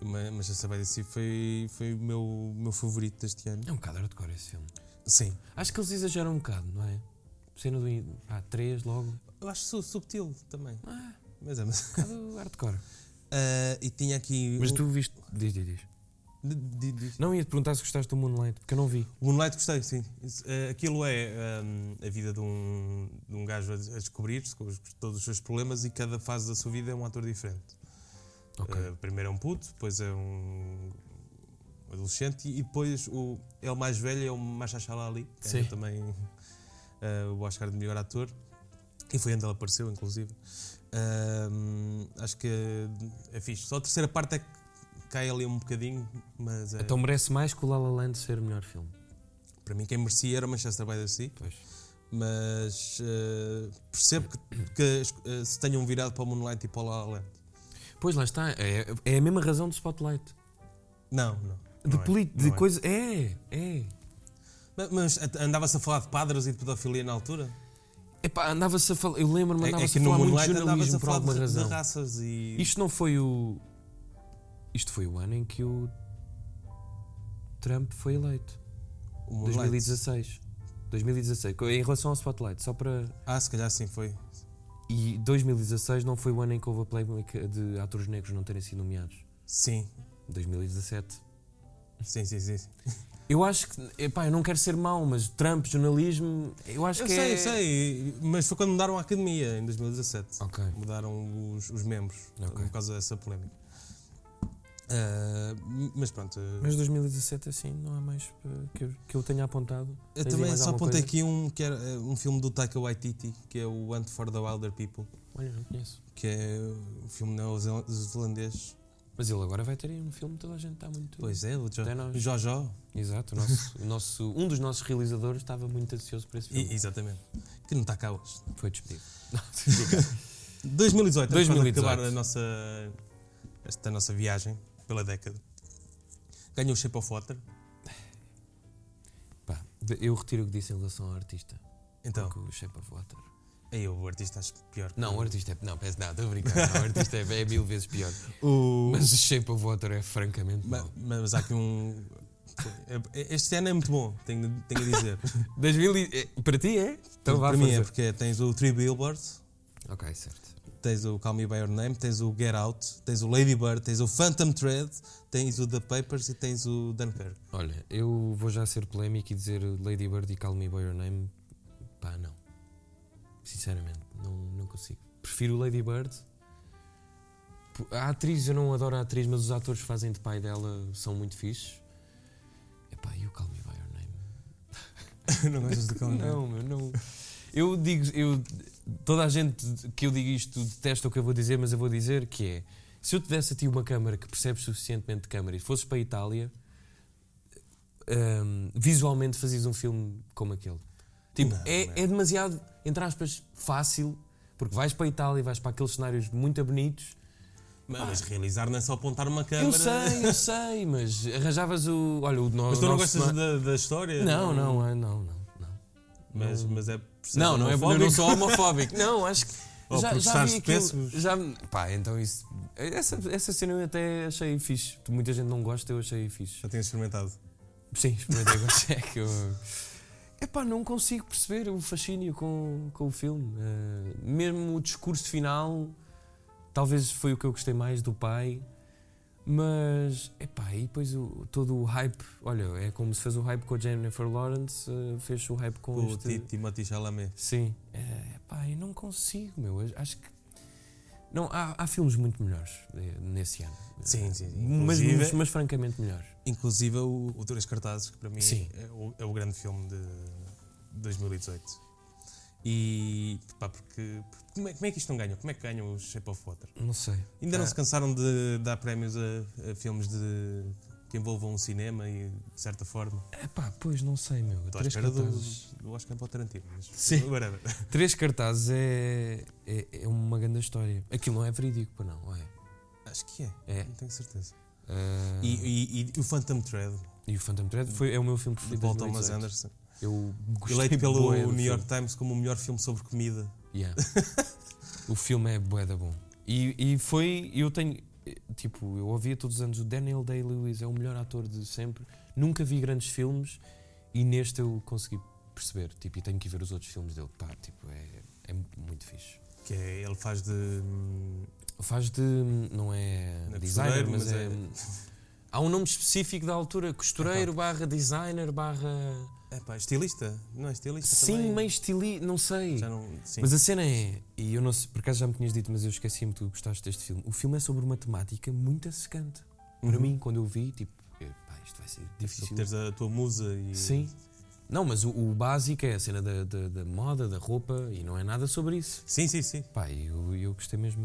S1: Ma- Mas já sabia disso foi, foi o meu, meu favorito deste ano.
S2: É um bocado hardcore esse filme.
S1: Sim.
S2: Acho que eles exageram um bocado, não é? Cena do. in- Pá, três logo.
S1: Eu acho su- subtil também. Mas é, mas.
S2: bocado hardcore.
S1: Ah, e tinha aqui.
S2: Mas
S1: um-
S2: tu viste. Diz, diz, diz.
S1: Di- di- diz.
S2: Não ia te perguntar se gostaste do Moonlight, porque eu não vi.
S1: O Moonlight gostei, sim. Isso, eh, Aquilo é hum, a vida de um, de um gajo a a descobrir-se com os- todos os seus problemas e cada fase da sua vida é um ator diferente.
S2: Ok.
S1: Eh, primeiro é um puto, depois é um adolescente e, e depois o, é o mais velho, é o Machachala ali, que é
S2: Sim.
S1: também eh, o Oscar de melhor ator. E foi onde ele apareceu, inclusive. Ahm, acho que é, fixe. Só a terceira parte é que cai ali um bocadinho, mas é,
S2: Então merece mais que o La La Land ser o melhor filme.
S1: para mim quem merecia era o Manchester by the Sea.
S2: Pois.
S1: mas eh, percebo que, que as- eh, se tenham virado para o Moonlight e para o La La Land.
S2: Pois lá está. É, é a mesma razão do Spotlight.
S1: Não, não.
S2: De,
S1: não é,
S2: polit-
S1: não
S2: de
S1: é.
S2: coisa. É, é.
S1: Mas, mas andava-se a falar de padres e de pedofilia na altura?
S2: Epá, andava-se a falar. Eu
S1: É-
S2: lembro-me,
S1: é
S2: andava-se
S1: que
S2: a
S1: no
S2: falar muito de
S1: Moonlight andava-se
S2: jornalismo
S1: a
S2: por
S1: falar
S2: alguma
S1: de, de
S2: razão.
S1: raças e.
S2: Isto não foi o. Isto foi o ano em que o Trump foi eleito.
S1: o Moonlight.
S2: 2016. 2016. co- Em relação ao Spotlight, só para.
S1: Ah, se calhar sim, foi.
S2: E 2016 não foi o ano em que houve a polémica de atores negros não terem sido nomeados.
S1: Sim,
S2: 2017.
S1: sim, sim. sim.
S2: Eu acho que. Epá, eu não quero ser mau, mas Trump, jornalismo. Eu acho
S1: Eu
S2: que
S1: sei,
S2: é.
S1: eu sei, mas foi quando mudaram a academia, em 2017.
S2: Ok.
S1: Mudaram os, os membros
S2: Ok.
S1: por causa dessa polémica. Ah, mas pronto. eh,
S2: Mas 2017 assim, não há mais eh, que eu, que eu tenha apontado.
S1: Eu
S2: Tens aí
S1: também
S2: mais
S1: só
S2: alguma
S1: apontei
S2: coisa?
S1: aqui um, que era, eh, um filme do Taika Waititi, que é o Hunt for the Wilder People,
S2: Olha, não conheço.
S1: que é um filme neozelandês.
S2: Mas ele agora vai ter aí um filme, toda a gente está muito.
S1: Pois é, o jo
S2: Até nós.
S1: Jojo.
S2: Exato, o nosso, o nosso- um dos nossos realizadores estava muito ansioso por esse filme.
S1: I- exatamente. Que não está cá hoje.
S2: Foi despedido.
S1: 2018, é quando
S2: 2018.
S1: acabar a nossa, esta nossa viagem pela década. Ganhou o Shape of Water.
S2: Pá, de- eu retiro o que disse em relação ao artista.
S1: Então, Hum.
S2: Porque o Shape of Water.
S1: aí o artista acho pior. que-
S2: Não, o artista é. Não, peço não, estou a brincar. Não, o artista é, é mil vezes pior.
S1: o... Mas,
S2: Mas o Shape of Water é francamente mau.
S1: mas há aqui um... Este ano é muito bom, tenho, tenho a dizer.
S2: 2000 e- é, Para ti é? Então vá
S1: Para mim é
S2: fazer.
S1: porque tens o Three Billboards,
S2: Ok, certo.
S1: tens o Call Me By Your Name, tens o Get Out, tens o Lady Bird, tens o Phantom Thread, tens o The Papers e tens o Dunkirk.
S2: Olha, eu vou já ser polémico e dizer Lady Bird e Call Me By Your Name. Pá, não. Sinceramente, não, não consigo. Prefiro Lady Bird. P- A atriz, eu não adoro a atriz, mas os atores que fazem de pai dela são muito fixes. Epá, e o Call Me By Your Name?
S1: não gostas do Call Me By Your Name?
S2: Não, meu, não. Eu digo, eu, toda a gente que eu digo isto detesta o que eu vou dizer, mas eu vou dizer que é: se eu te desse a ti uma câmara que percebes suficientemente de câmara e fosses para a Itália, hum, visualmente fazias um filme como aquele. Tipo,
S1: Não,
S2: é,
S1: não.
S2: é demasiado, entre aspas, fácil, porque vais para a Itália e vais para aqueles cenários muito bonitos.
S1: Mas, mas realizar não é só apontar uma câmera.
S2: Eu sei, eu sei, mas arranjavas o. Olha, o no,
S1: Mas tu não
S2: nosso
S1: gostas
S2: cena-
S1: da, da história?
S2: Não, não, é, não, não. não.
S1: Mas, mas é por ser
S2: Não, não é eu
S1: homofóbico?
S2: não sou homofóbico. não, acho que.
S1: Ou
S2: já,
S1: porque
S2: já vi
S1: estás
S2: aquilo,
S1: péssimo.
S2: já, pá, então isso. Essa, essa cena eu até achei fixe. Muita gente não gosta, eu achei fixe.
S1: Já tinha experimentado.
S2: Sim, experimentei com cheque. Eu... Epá, não consigo perceber o fascínio com, com o filme. Eh, mesmo o discurso final, talvez foi o que eu gostei mais do pai. Mas, epá, e depois o- todo o hype. Olha, é como se fez o hype com a Jennifer Lawrence, eh, fez o hype com
S1: Com o
S2: este...
S1: Ti- Timothy Chalamet.
S2: Sim. É, pá, eu não consigo, meu. Eu Acho que. Não, há, há filmes muito melhores eh, nesse ano.
S1: Sim, sim, sim.
S2: Mas,
S1: Inclusive-
S2: mas, mas francamente melhores.
S1: Inclusive o, o Três Cartazes, que para mim
S2: Sim.
S1: é o, é o grande filme de 2018. E pá, porque. porque Como é, como é que isto não ganhou? Como é que ganham o Shape of Water?
S2: Não sei.
S1: Ainda não
S2: Ah.
S1: se cansaram de dar prémios a, a filmes de, que envolvam o cinema e, de certa forma,
S2: É pá, pois não sei, meu.
S1: estou à
S2: Três
S1: espera do,
S2: cartazes.
S1: do Oscar para o Tarantino. Mas
S2: Sim.
S1: whatever.
S2: Três cartazes é, é, é uma grande história. Aquilo não é verídico, pá, não. ou É.
S1: Acho que é,
S2: É.
S1: não tenho certeza.
S2: Ah,
S1: E, e- e o Phantom Thread,
S2: e o Phantom Thread foi, é o meu filme
S1: de
S2: preferido.
S1: Paul
S2: de
S1: Thomas
S2: 2018.
S1: Anderson,
S2: Eu gostei
S1: eleito pelo
S2: bué do
S1: New
S2: filme.
S1: York Times como o melhor filme sobre comida.
S2: Yeah. o filme é bué da bom. E, e foi, eu tenho, eh, tipo, eu ouvia todos os anos o Daniel Day-Lewis é o melhor ator de sempre. Nunca vi grandes filmes e neste eu consegui perceber, tipo, e tenho que ir ver os outros filmes dele. Pá, tipo, é, é muito fixe.
S1: Que é- ele faz de. hum,
S2: Faz de. Não é.
S1: Não é
S2: designer,
S1: costureiro,
S2: mas,
S1: mas
S2: é. Há um nome específico da altura: costureiro barra designer barra.
S1: É pá, estilista? Não é estilista também?
S2: Sim, meio estili. Não sei.
S1: Já não... Sim.
S2: Mas a cena é. E eu não sei. Por acaso já me tinhas dito, mas eu esqueci-me que tu gostaste deste filme. O filme é sobre uma temática muito assecante. Para
S1: Uhum.
S2: mim, quando eu vi, tipo. Pá, isto vai ser
S1: Tu
S2: difícil.
S1: teres a tua musa e...
S2: Sim. Não, mas o, o básico é a cena da, da- da moda, da roupa, e não é nada sobre isso.
S1: Sim, sim, sim.
S2: Pá, eu, eu gostei mesmo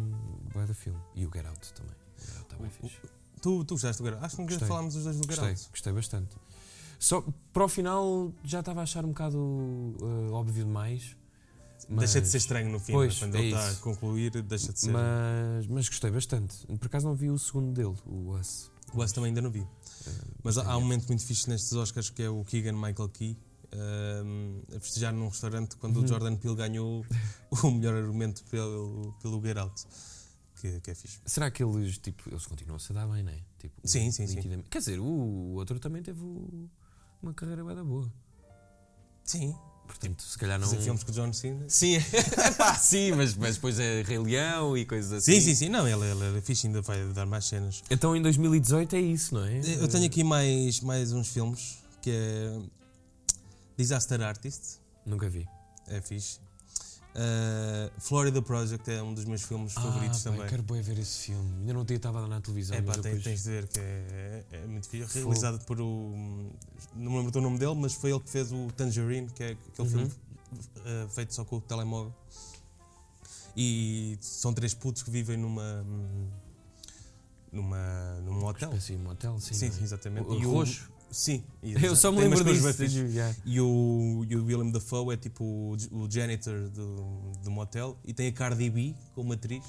S2: bué do filme. E o Get Out também. O Get Out está bem
S1: O-
S2: fixe.
S1: Tu, tu gostaste do Geralt? Acho que nunca
S2: Gostei.
S1: falámos os dois do
S2: Gostei,
S1: Geralt.
S2: gostei bastante. Só para o final já estava a achar um bocado eh, óbvio demais.
S1: Deixa de
S2: mas-
S1: ser estranho no fim,
S2: Pois,
S1: mas quando
S2: é
S1: ele está a
S2: isso.
S1: concluir, deixa de ser.
S2: Mas, mas gostei bastante. Por acaso não vi o segundo dele, o Us.
S1: O Us também ainda não vi. Mas há, há um momento muito fixe nestes Oscars que é o Keegan Michael Key ehm, a festejar num restaurante quando o Jordan Peele ganhou o melhor argumento pelo, pelo Get Out, que, que é fixe.
S2: Será que eles, tipo, eles continuam-se a dar bem, não é? Tipo, o-
S1: Sim, sim, sim.
S2: nitidamente- Quer dizer, o, o outro também teve o- uma carreira bué da boa.
S1: Sim,
S2: Portanto, se calhar não...
S1: fazer filmes com o John Cena.
S2: Sim, pá, sim, mas, mas depois é Rei Leão e coisas assim.
S1: Sim, sim, sim, não, ele, ele é fixe, ainda vai dar mais cenas.
S2: Então em 2018 é isso, não é?
S1: Eu tenho aqui mais, mais uns filmes que é Disaster Artist,
S2: Nunca vi.
S1: é fixe. Eh, Florida Project é um dos meus filmes favoritos
S2: ah, pá,
S1: também.
S2: Quero bem ver esse filme. Ainda não tinha estava a dar na televisão.
S1: É pá,
S2: mas eu
S1: tem-
S2: depois-
S1: tens de ver que é, é muito fixe.
S2: Fogo.
S1: Realizado por o. Não me lembro do nome dele, mas foi ele que fez o Tangerine, que é aquele
S2: Uhum.
S1: filme eh, feito só com o telemóvel. E são três putos que vivem numa. hum, numa num hotel.
S2: Espécie de motel, sim.
S1: Sim,
S2: não é?
S1: sim, exatamente.
S2: O, o
S1: E
S2: roxo.
S1: Sim. e-
S2: Eu só me
S1: tem umas
S2: lembro
S1: cores
S2: disso.
S1: bem fixe.
S2: já.
S1: E o, e o Willem Dafoe é tipo o j- o janitor do, do motel e tem a Cardi B como atriz.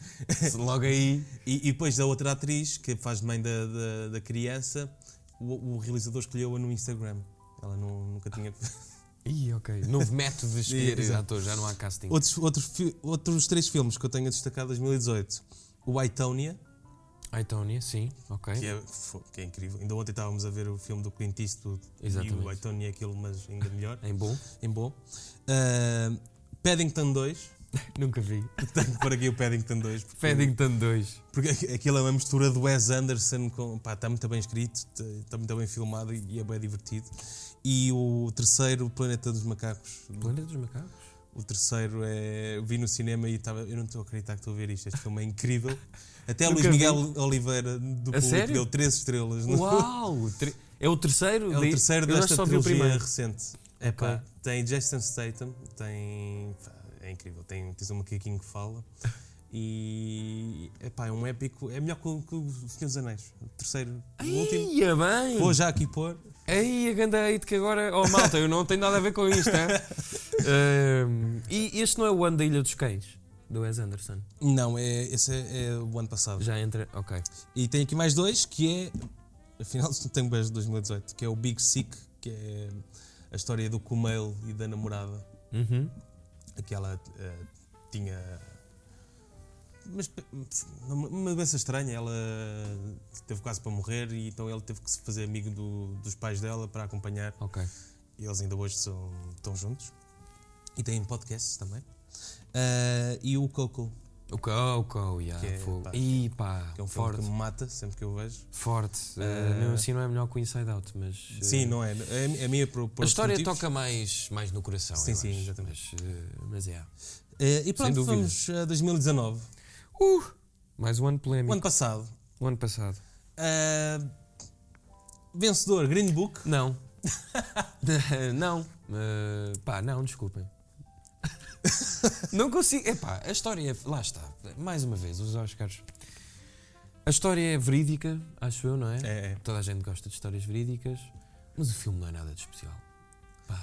S2: Logo aí.
S1: E, e depois da outra atriz, que faz mãe da, da, da criança, o, o realizador escolheu-a no Instagram. Ela nu- nunca tinha.
S2: Ah, Ih, ok. Novo método de escolher
S1: Exato.
S2: atores, já não há casting.
S1: outros, outros, fi- outros três filmes que eu tenho a destacar de 2018. O Itonia,
S2: Ai, Tony, sim, ok.
S1: que é, fo- que é incrível. Ainda ontem estávamos a ver o filme do Clint Eastwood e o
S2: Exatamente.
S1: Itonia é aquilo, mas ainda melhor,
S2: Em bom.
S1: em bom. Ah, Paddington 2,
S2: Nunca vi.
S1: tenho por aqui o Paddington 2. porque-
S2: Paddington 2.
S1: Porque aqu- aquilo é uma mistura do Wes Anderson com. pá, está muito bem escrito, está- está muito bem filmado e e é bem divertido. E o terceiro, o Planeta dos Macacos.
S2: Planeta dos Macacos?
S1: O terceiro é. eu Vi no cinema e estava. Eu não estou a acreditar que estou a ver isto. Este filme é incrível. Até
S2: Nunca
S1: Luís Miguel Oliveira, do público,
S2: sério?
S1: deu três estrelas. no-
S2: Uau! tre- É o terceiro?
S1: É o
S2: de-
S1: terceiro
S2: Eu acho que
S1: desta
S2: só vi o
S1: trilogia
S2: primeiro.
S1: recente.
S2: É
S1: Pá, tem Jason Statham, tem. pá, É incrível, tem, tens um macaquinho que fala. E. Epá, é um épico. É melhor que, o- que o Senhor dos Anéis. O terceiro. O último.
S2: Ia bem!
S1: Vou já aqui pôr.
S2: Aí, a ganda hate que agora. Oh, malta, eu não tenho nada a ver com isto, é? Ahm, e este não é o ano da Ilha dos Cães, do Wes Anderson.
S1: Não, é, esse é, é o ano passado.
S2: Já entra. Ok.
S1: E tem aqui mais dois, que é. Afinal, tenho beijo de 2018, que é o Big Sick, que é a história do Kumail e da namorada.
S2: Uhum.
S1: aquela eh, tinha mas pe- uma uma doença estranha ela teve quase para morrer e então ele teve que se fazer amigo do- dos pais dela para acompanhar
S2: Ok.
S1: e eles ainda hoje são, estão juntos e têm podcasts também Ah, e o Coco
S2: O Cão, o Cão, já.
S1: Que é,
S2: fogo.
S1: pá,
S2: Ih, pá,
S1: que é um filme
S2: forte.
S1: que me mata sempre que eu vejo
S2: Forte.
S1: Eh,
S2: não, assim não é melhor que o Inside Out, mas. eh,
S1: sim não é é, é a minha por, por
S2: A
S1: outros
S2: história
S1: motivos.
S2: toca mais, mais no coração.
S1: Sim,
S2: eu
S1: sim,
S2: acho,
S1: exatamente.
S2: Mas, eh, mas é.
S1: Eh, e pronto
S2: dúvida.
S1: vamos a 2019
S2: Mais um ano
S1: o
S2: polémico.
S1: Uh! ano passado
S2: O ano passado.
S1: Ah, vencedor Green Book
S2: Não. não. Eh, pá, não, desculpem. não consigo. Epá, a história é. Lá está. Mais uma vez, os Oscars. A história é verídica, acho eu, não é?
S1: É, é.
S2: Toda a gente gosta de histórias verídicas, mas o filme não é nada de especial.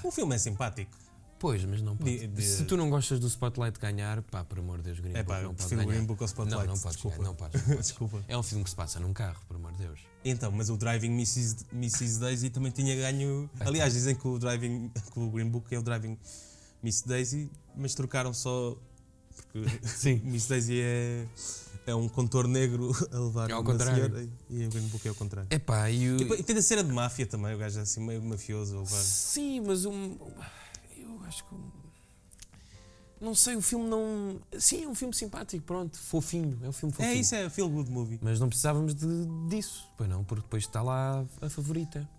S1: o filme é simpático
S2: Pois, mas não pode.
S1: De- de-
S2: Se tu não gostas do Spotlight ganhar, pá, por amor de Deus, Green
S1: É
S2: Book
S1: pá, eu
S2: não pode
S1: prefiro o
S2: ganhar.
S1: Green Book ao Spotlight.
S2: Não, não podes,
S1: Desculpa.
S2: ganhar, não podes. não podes.
S1: Desculpa.
S2: É um filme que se passa num carro, por amor de Deus.
S1: Então, mas o Driving Mrs. Mrs. Daisy também tinha ganho. Aliás, dizem que o Driving, que o Green Book é o Driving Miss Daisy, mas trocaram só porque
S2: Sim.
S1: Miss Daisy é, é um contor negro a levar
S2: É ao
S1: uma
S2: contrário.
S1: senhora e o Green Book é o contrário.
S2: Epá, e o.
S1: E depois- E tem a cena de máfia também, o gajo é assim meio mafioso a levar.
S2: Sim, mas um. Eu acho que. um- Não sei, o filme não. Sim, é um filme simpático, pronto, fofinho. É um filme
S1: É
S2: fofinho.
S1: isso, é feel good movie.
S2: Mas não precisávamos de, disso. Pois não, porque depois está lá a favorita.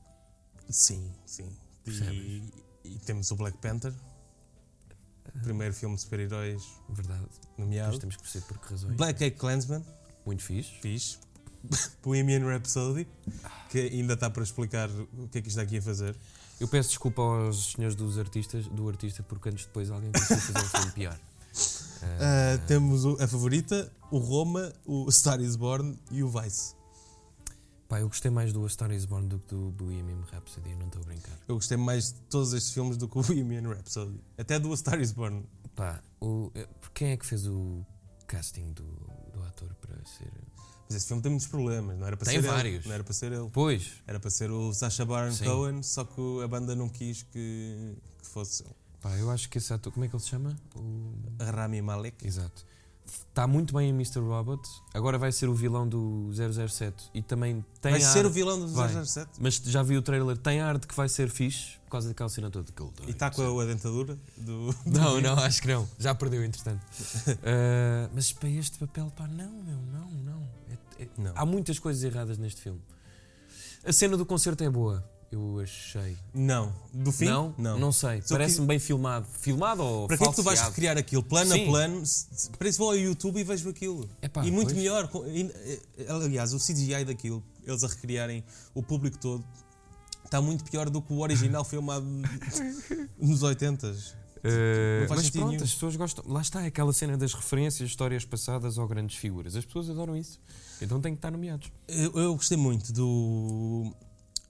S1: Sim, sim. E, e temos o Black Panther, primeiro filme de super-heróis
S2: Verdade. Depois
S1: nomeado.
S2: temos que perceber por que razões.
S1: Black Eyed Clansman,
S2: Muito fixe.
S1: fixe. Bohemian Rhapsody, que ainda está para explicar o que é que isto está aqui a fazer.
S2: Eu peço desculpa aos senhores dos artistas, do artista, porque antes depois alguém conseguiu fazer um filme pior.
S1: Ah,
S2: Ah,
S1: temos o- a favorita, o Roma, o Star is Born e o Vice.
S2: Pá, eu gostei mais do A Star Is Born do que do Bohemian Rhapsody, não estou a brincar.
S1: Eu gostei mais de todos estes filmes do que o Bohemian Rhapsody. Até do A Star is Born.
S2: Pá, o, eh, quem é que fez o casting do, do ator para ser...
S1: Mas esse filme tem muitos problemas, não era para
S2: Tem
S1: ser
S2: vários.
S1: ele. Não era para ser ele.
S2: Pois,
S1: Era para ser o Sacha Baron
S2: Sim.
S1: Cohen, só que a banda não quis que, que fosse ele.
S2: Pá, eu acho que esse ator, como é que ele se chama? O...
S1: Rami Malek.
S2: Exato. Está muito bem em Mr. Robot. Agora vai ser o vilão do 007 e também tem
S1: Vai
S2: ar,
S1: ser o vilão do
S2: Vai.
S1: 007.
S2: mas já vi o trailer, tem ar de que vai ser fixe por causa daquela cena toda que ele
S1: E tá- está com a, a dentadura do.
S2: Não, não, acho que não. Já perdeu, entretanto. Ah, mas para este papel, pá, não, meu, não, não. É- é-
S1: Não.
S2: Há muitas coisas erradas neste filme. A cena do concerto é boa, eu achei.
S1: Não. Do fim?
S2: Não?
S1: Não.
S2: sei.
S1: Só que-
S2: Parece-me bem filmado. Filmado ou
S1: Para que é que tu vais
S2: falseado?
S1: recriar aquilo? Plano
S2: Sim.
S1: a plano. Se- se- Para isso vou ao YouTube e vejo aquilo.
S2: Epá,
S1: e muito
S2: pois.
S1: melhor. com- e- e- Aliás, o CGI daquilo, eles a recriarem o público todo, está muito pior do que o original filmado nos 80s.
S2: Uh,
S1: Não faz
S2: mas
S1: sentido
S2: pronto,
S1: nenhum.
S2: as pessoas gostam. Lá está é aquela cena das referências, histórias passadas ou grandes figuras. As pessoas adoram isso. Então têm que estar nomeados.
S1: Eu, eu gostei muito do,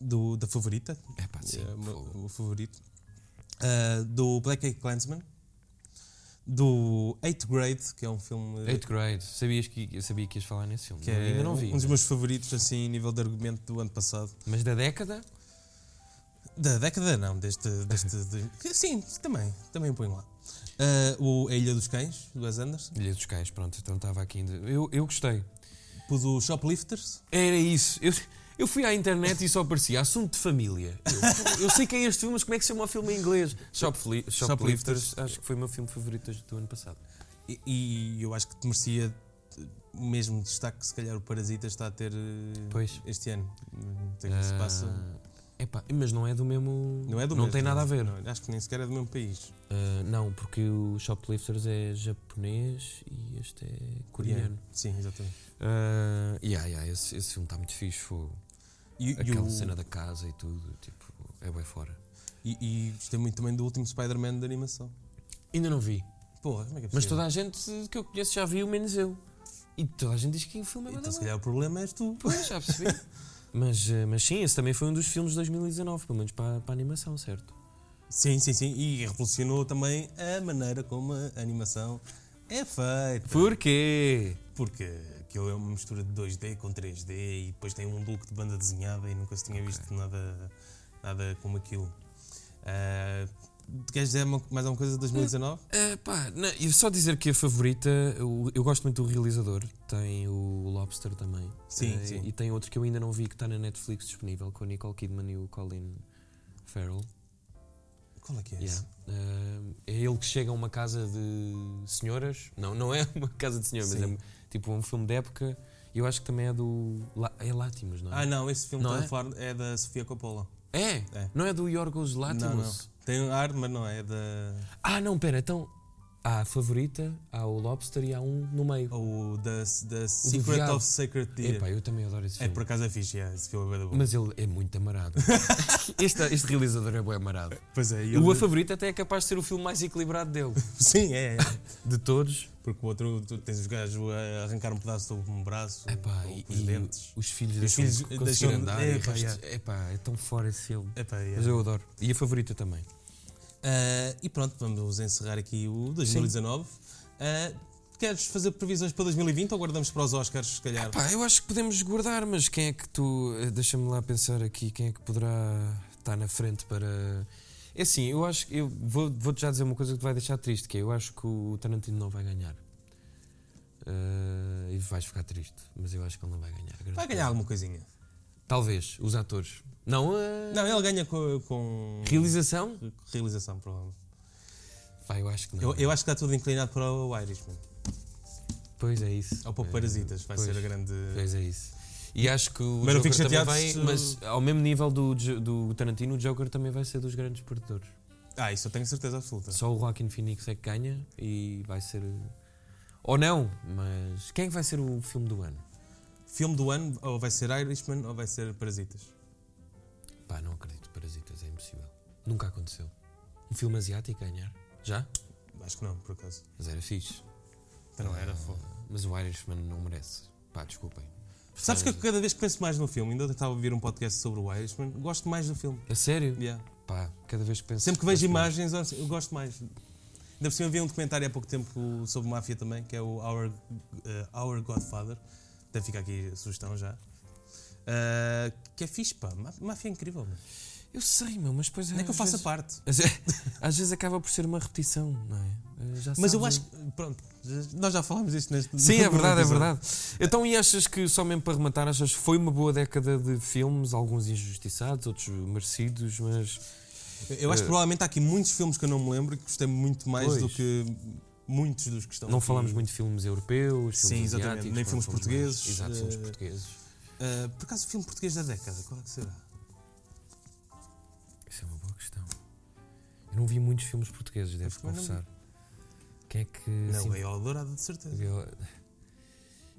S1: do- da favorita.
S2: É pá, sim.
S1: é o meu- o favorito. Ah, do Black Eyed Clansman. Do Eighth Grade, que é um filme.
S2: Eighth grade. Sabias que, eu sabia que ias falar nesse filme.
S1: que
S2: Não-
S1: é
S2: ainda não vi.
S1: um dos meus favoritos, assim, a nível de argumento do ano passado.
S2: Mas da década,
S1: Da década, não, deste. deste de- que- Sim, também, também põe lá. Ah, o A Ilha dos Cães, do Wes Anderson.
S2: Ilha dos Cães, pronto. Então estava aqui ainda. Eu, eu gostei.
S1: Pus o Shoplifters.
S2: Era isso. Eu, eu fui à internet e só aparecia assunto de família. Eu, eu sei quem é este filme, mas como é que se chama o filme em inglês? Shopfli- Shoplifters. Acho que foi o meu filme favorito do ano passado.
S1: E, e eu acho que te merecia eh, o mesmo destaque que se calhar o Parasita está a ter eh,
S2: Pois.
S1: este ano. Não sei o que se passa. um.
S2: Ah, epá, mas não é do mesmo.
S1: Não é do
S2: Não
S1: mesmo,
S2: tem nada a ver.
S1: não, acho que nem sequer é do mesmo país.
S2: Ah, não, porque o Shoplifters é japonês e este é coreano.
S1: Yeah, Sim, exatamente.
S2: Ah, yeah, yeah, esse, esse filme está muito fixe, fogo.
S1: E, e
S2: Aquela
S1: o-
S2: cena da casa e tudo, tipo, é bem fora.
S1: e- e gostei muito também do último Spider-Man de animação.
S2: Ainda não vi,
S1: Porra, como é que é
S2: mas
S1: possível?
S2: toda a gente que eu conheço já viu, menos eu. E toda a gente diz que o filme é
S1: Então, se
S2: bem
S1: calhar o problema és tu.
S2: Pois, já percebi. mas, ah, mas sim, esse também foi um dos filmes de 2019, pelo menos para, para a animação, certo?
S1: Sim, sim, sim. E revolucionou também a maneira como a animação é feita.
S2: Porquê?
S1: Porque aquilo é uma mistura de 2D com 3D e depois tem um look de banda desenhada e nunca se tinha visto nada, nada como aquilo. Ah, tu queres dizer uma- mais alguma coisa de 2019?
S2: É, pá, não, eu só dizer que a favorita, eu, eu gosto muito do realizador, tem o Lobster também.
S1: Sim,
S2: Eh,
S1: sim.
S2: E tem outro que eu ainda não vi que está na Netflix disponível, com a Nicole Kidman e o Colin Farrell.
S1: Qual é que é
S2: Yeah.
S1: esse?
S2: Eh, é ele que chega a uma casa de senhoras. Não, não é uma casa de senhoras, mas
S1: Sim.
S2: é tipo um filme de época. Eu acho que também é do. La- É Látimos, não é?
S1: Ah, não, esse filme
S2: Não
S1: que
S2: é?
S1: estou a falar é da Sofia Coppola.
S2: é?
S1: É.
S2: Não é do Yorgos
S1: Não, não.
S2: Látimos?
S1: Tem ar, mas não é da.
S2: Ah, não, pera, então. Há a favorita, há o Lobster e há um no meio.
S1: Ou da, da Secret
S2: viado.
S1: of Sacred Deer.
S2: Epá, eu também adoro esse
S1: É,
S2: filme.
S1: por acaso é fixe, é, esse filme é bué da bom.
S2: Mas ele é muito amarado. este, este realizador é bem amarado.
S1: Pois é, e
S2: O A
S1: ele-
S2: Favorita até é capaz de ser o filme mais equilibrado dele.
S1: Sim, é. é.
S2: De todos.
S1: Porque o outro, tu tens os gajos a arrancar um pedaço do um braço,
S2: Epá,
S1: ou
S2: e,
S1: com os
S2: e
S1: dentes.
S2: os filhos
S1: Os
S2: deixam
S1: filhos
S2: de
S1: deixam
S2: conseguir
S1: de-
S2: andar. e
S1: epá,
S2: o resto-
S1: yeah.
S2: epá, é tão fora esse filme.
S1: Epá, é.
S2: Mas eu adoro. E A Favorita também.
S1: Ah, e pronto, vamos encerrar aqui o 2019. Ah, queres fazer previsões para 2020 ou guardamos para os Oscars, se calhar?
S2: Pá, eu acho que podemos guardar, mas quem é que tu. eh, Deixa-me lá pensar aqui, quem é que poderá estar na frente para. É assim, eu acho que. Eu vou- vou-te já dizer uma coisa que te vai deixar triste, que é, eu acho que o Tarantino não vai ganhar. Eh, e vais ficar triste, mas eu acho que ele não vai ganhar.
S1: Vai ganhar alguma coisinha.
S2: Talvez, os atores. Não, a
S1: Não, ele ganha com. com...
S2: realização?
S1: Realização, provavelmente.
S2: Pá, eu acho que não.
S1: Eu, eu acho que está tudo inclinado para o Irishman.
S2: Pois é isso.
S1: Ou para o Parasitas, vai
S2: Pois.
S1: ser a grande.
S2: Pois é isso. E acho que o
S1: Mas não
S2: Joker
S1: fico
S2: também
S1: chateado
S2: vai,
S1: se-
S2: mas ao mesmo nível do, Jo- do Tarantino, o Joker também vai ser dos grandes perdedores.
S1: Ah, isso eu tenho certeza absoluta.
S2: Só o Joaquin Phoenix é que ganha e vai ser. Ou não, mas quem é que vai ser o filme do ano?
S1: Filme do ano, ou vai ser Irishman, ou vai ser Parasitas.
S2: Pá, não acredito, Parasitas, é impossível. Nunca aconteceu. Um filme asiático ganhar? Já?
S1: Acho que não, por acaso.
S2: Mas era fixe.
S1: Então
S2: Ah.
S1: não era foda.
S2: Mas o Irishman não merece. Pá, desculpem.
S1: Sabes que eu cada vez que penso mais no filme, ainda ontem estava a ouvir um podcast sobre o Irishman, gosto mais do filme.
S2: A sério?
S1: Yeah.
S2: Pá, cada vez que penso.
S1: Sempre que vejo
S2: penso-
S1: imagens, eu gosto mais. Ainda por cima vi um documentário há pouco tempo sobre máfia também, que é o Our, eh, Our Godfather. Deve ficar aqui a sugestão já. Ah, que é fixe, pá. Má- Máfia é incrível. mano.
S2: Eu sei, meu, mas depois
S1: Nem é que eu
S2: às
S1: faça
S2: vezes-
S1: parte.
S2: Às ve- Às vezes acaba por ser uma repetição, não é? Eh, Já
S1: Mas eu
S2: sabes,
S1: acho que. Pronto, já- nós já falámos disto neste.
S2: Sim, é
S1: no
S2: verdade, é
S1: episódio.
S2: verdade. Então, e achas que, só mesmo para rematar, achas que foi uma boa década de filmes, alguns injustiçados, outros merecidos, mas.
S1: Eu acho que provavelmente há aqui muitos filmes que eu não me lembro e que gostei muito mais
S2: É. Pois.
S1: do que muitos dos que estão.
S2: Não
S1: aqui.
S2: falámos muito de filmes europeus, filmes
S1: Sim, exatamente,
S2: asiáticos,
S1: nem
S2: não
S1: filmes
S2: falamos
S1: portugueses,
S2: mais- Exato, filmes
S1: eh,
S2: portugueses.
S1: Ah, por acaso, o filme português da década, qual é que será?
S2: Isso é uma boa questão. Eu não vi muitos filmes portugueses, devo
S1: também não vi.
S2: confessar. Quem é que.
S1: Não,
S2: assim,
S1: é o Dourado, de certeza.
S2: eu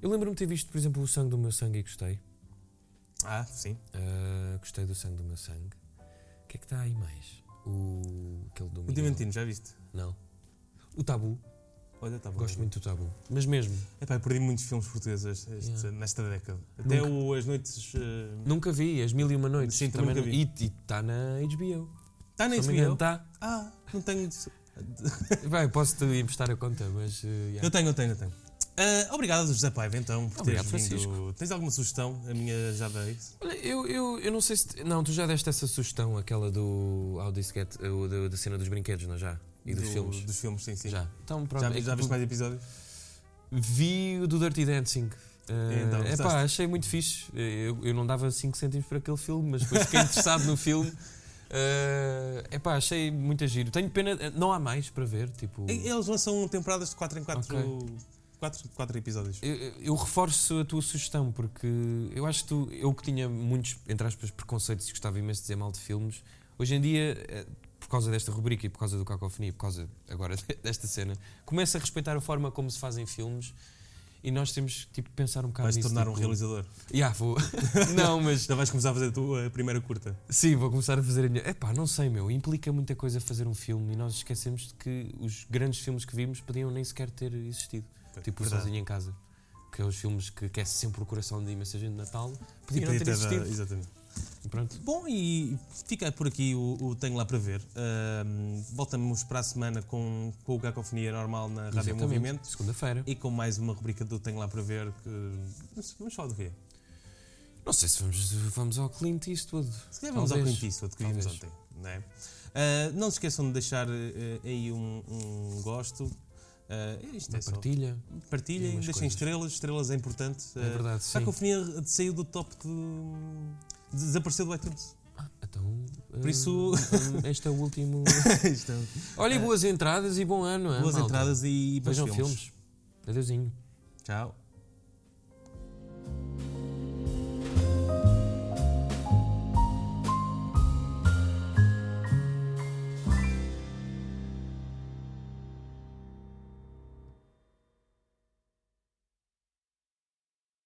S2: eu lembro-me de ter visto, por exemplo, O Sangue do Meu Sangue e gostei.
S1: Ah, sim.
S2: Ah, gostei do Sangue do Meu Sangue. O que é que está aí mais? O. aquele do
S1: O
S2: Miguel.
S1: Diamantino, já viste?
S2: Não. O Tabu.
S1: Olha, tá bom.
S2: Gosto muito do Tabu. Mas mesmo,
S1: Epá, eu perdi muitos filmes portugueses este-
S2: Yeah.
S1: nesta década. Até
S2: Nunca.
S1: o As Noites. ah,
S2: nunca vi As Mil e Uma Noites.
S1: Sim, também nunca
S2: não- E está na HBO.
S1: Está Tá na
S2: Se não me engano, tá.
S1: HBO?
S2: Está.
S1: Ah, não tenho.
S2: Bem, posso-te emprestar a conta, mas. eh, yeah.
S1: Eu tenho, eu tenho, eu tenho. Ah, obrigado, José Paiva, então, por teres
S2: Obrigado,
S1: vindo. Tens alguma sugestão? A minha já dei.
S2: Olha, eu, eu, eu não sei se. te- Não, tu já deste essa sugestão, aquela do. Ao Disquete, o do- da cena dos brinquedos, não já? E dos
S1: Do-
S2: filmes.
S1: Dos filmes, sim, sim.
S2: Já. Então, pronto.
S1: Já,
S2: é
S1: vi-
S2: que
S1: já viste mais episódios?
S2: Vi o do Dirty Dancing. Eh,
S1: Então,
S2: é
S1: gostaste?
S2: pá, achei muito fixe. Eh, Eu, eu não dava 5 cêntimos para aquele filme, mas depois fiquei interessado no filme. é pá, achei muito giro. Tenho pena, eh, não há mais para ver. Tipo,
S1: E- Eles lançam temporadas de 4 em 4
S2: Ok.
S1: quatro, quatro episódios.
S2: eu, eu reforço a tua sugestão porque eu acho que tu, eu que tinha muitos, entre aspas, preconceitos e gostava imenso de dizer mal de filmes, hoje em dia, eh, por causa desta rubrica e por causa do Cacofonia, e por causa agora desta cena, começa a respeitar a forma como se fazem filmes e nós temos tipo pensar um bocado
S1: Vais-te
S2: nisso,
S1: tornar um
S2: tipo,
S1: realizador.
S2: Yeah, vou. não, mas
S1: Já vais começar a fazer a tua primeira curta.
S2: sim, vou começar a fazer a minha. Epá, não sei, meu. Implica muita coisa fazer um filme e nós esquecemos de que os grandes filmes que vimos podiam nem sequer ter existido. Tipo,
S1: É
S2: o
S1: Verdade.
S2: sozinho em casa. Que é os filmes que aquece sempre o coração de imensa gente de Natal.
S1: E
S2: Podiam não
S1: podia
S2: ter
S1: ter dado-
S2: existido.
S1: Exatamente.
S2: Pronto.
S1: Bom, e fica por aqui o, o Tenho Lá para Ver. Ahm, Voltamos para a semana com, com o Cacofonia Normal na Rádio
S2: Exatamente.
S1: Movimento
S2: Segunda-feira.
S1: e com mais uma rubrica do Tenho Lá para Ver. Que... não sei, Vamos falar do quê?
S2: Não sei se vamos, vamos ao Clint Eastwood.
S1: Se calhar vamos ao
S2: Talvez.
S1: Clint Eastwood que vimos
S2: Talvez.
S1: ontem. Não, é? Ah, não se esqueçam de deixar eh, aí um, um gosto. Ah, isto
S2: Uma
S1: é só.
S2: partilha.
S1: Partilhem,
S2: E umas
S1: deixem
S2: coisas.
S1: estrelas, estrelas é importante.
S2: É verdade,
S1: a
S2: sim.
S1: Cacofonia saiu do top do. desapareceu do iTunes.
S2: Ah, então.
S1: Por isso-
S2: hum, hum, este é o último.
S1: Isto
S2: um
S1: é-
S2: Olha, e boas entradas e bom ano. hã,
S1: Boas
S2: malta?
S1: entradas e bons
S2: Vejam filmes. Adeusinho.
S1: Tchau.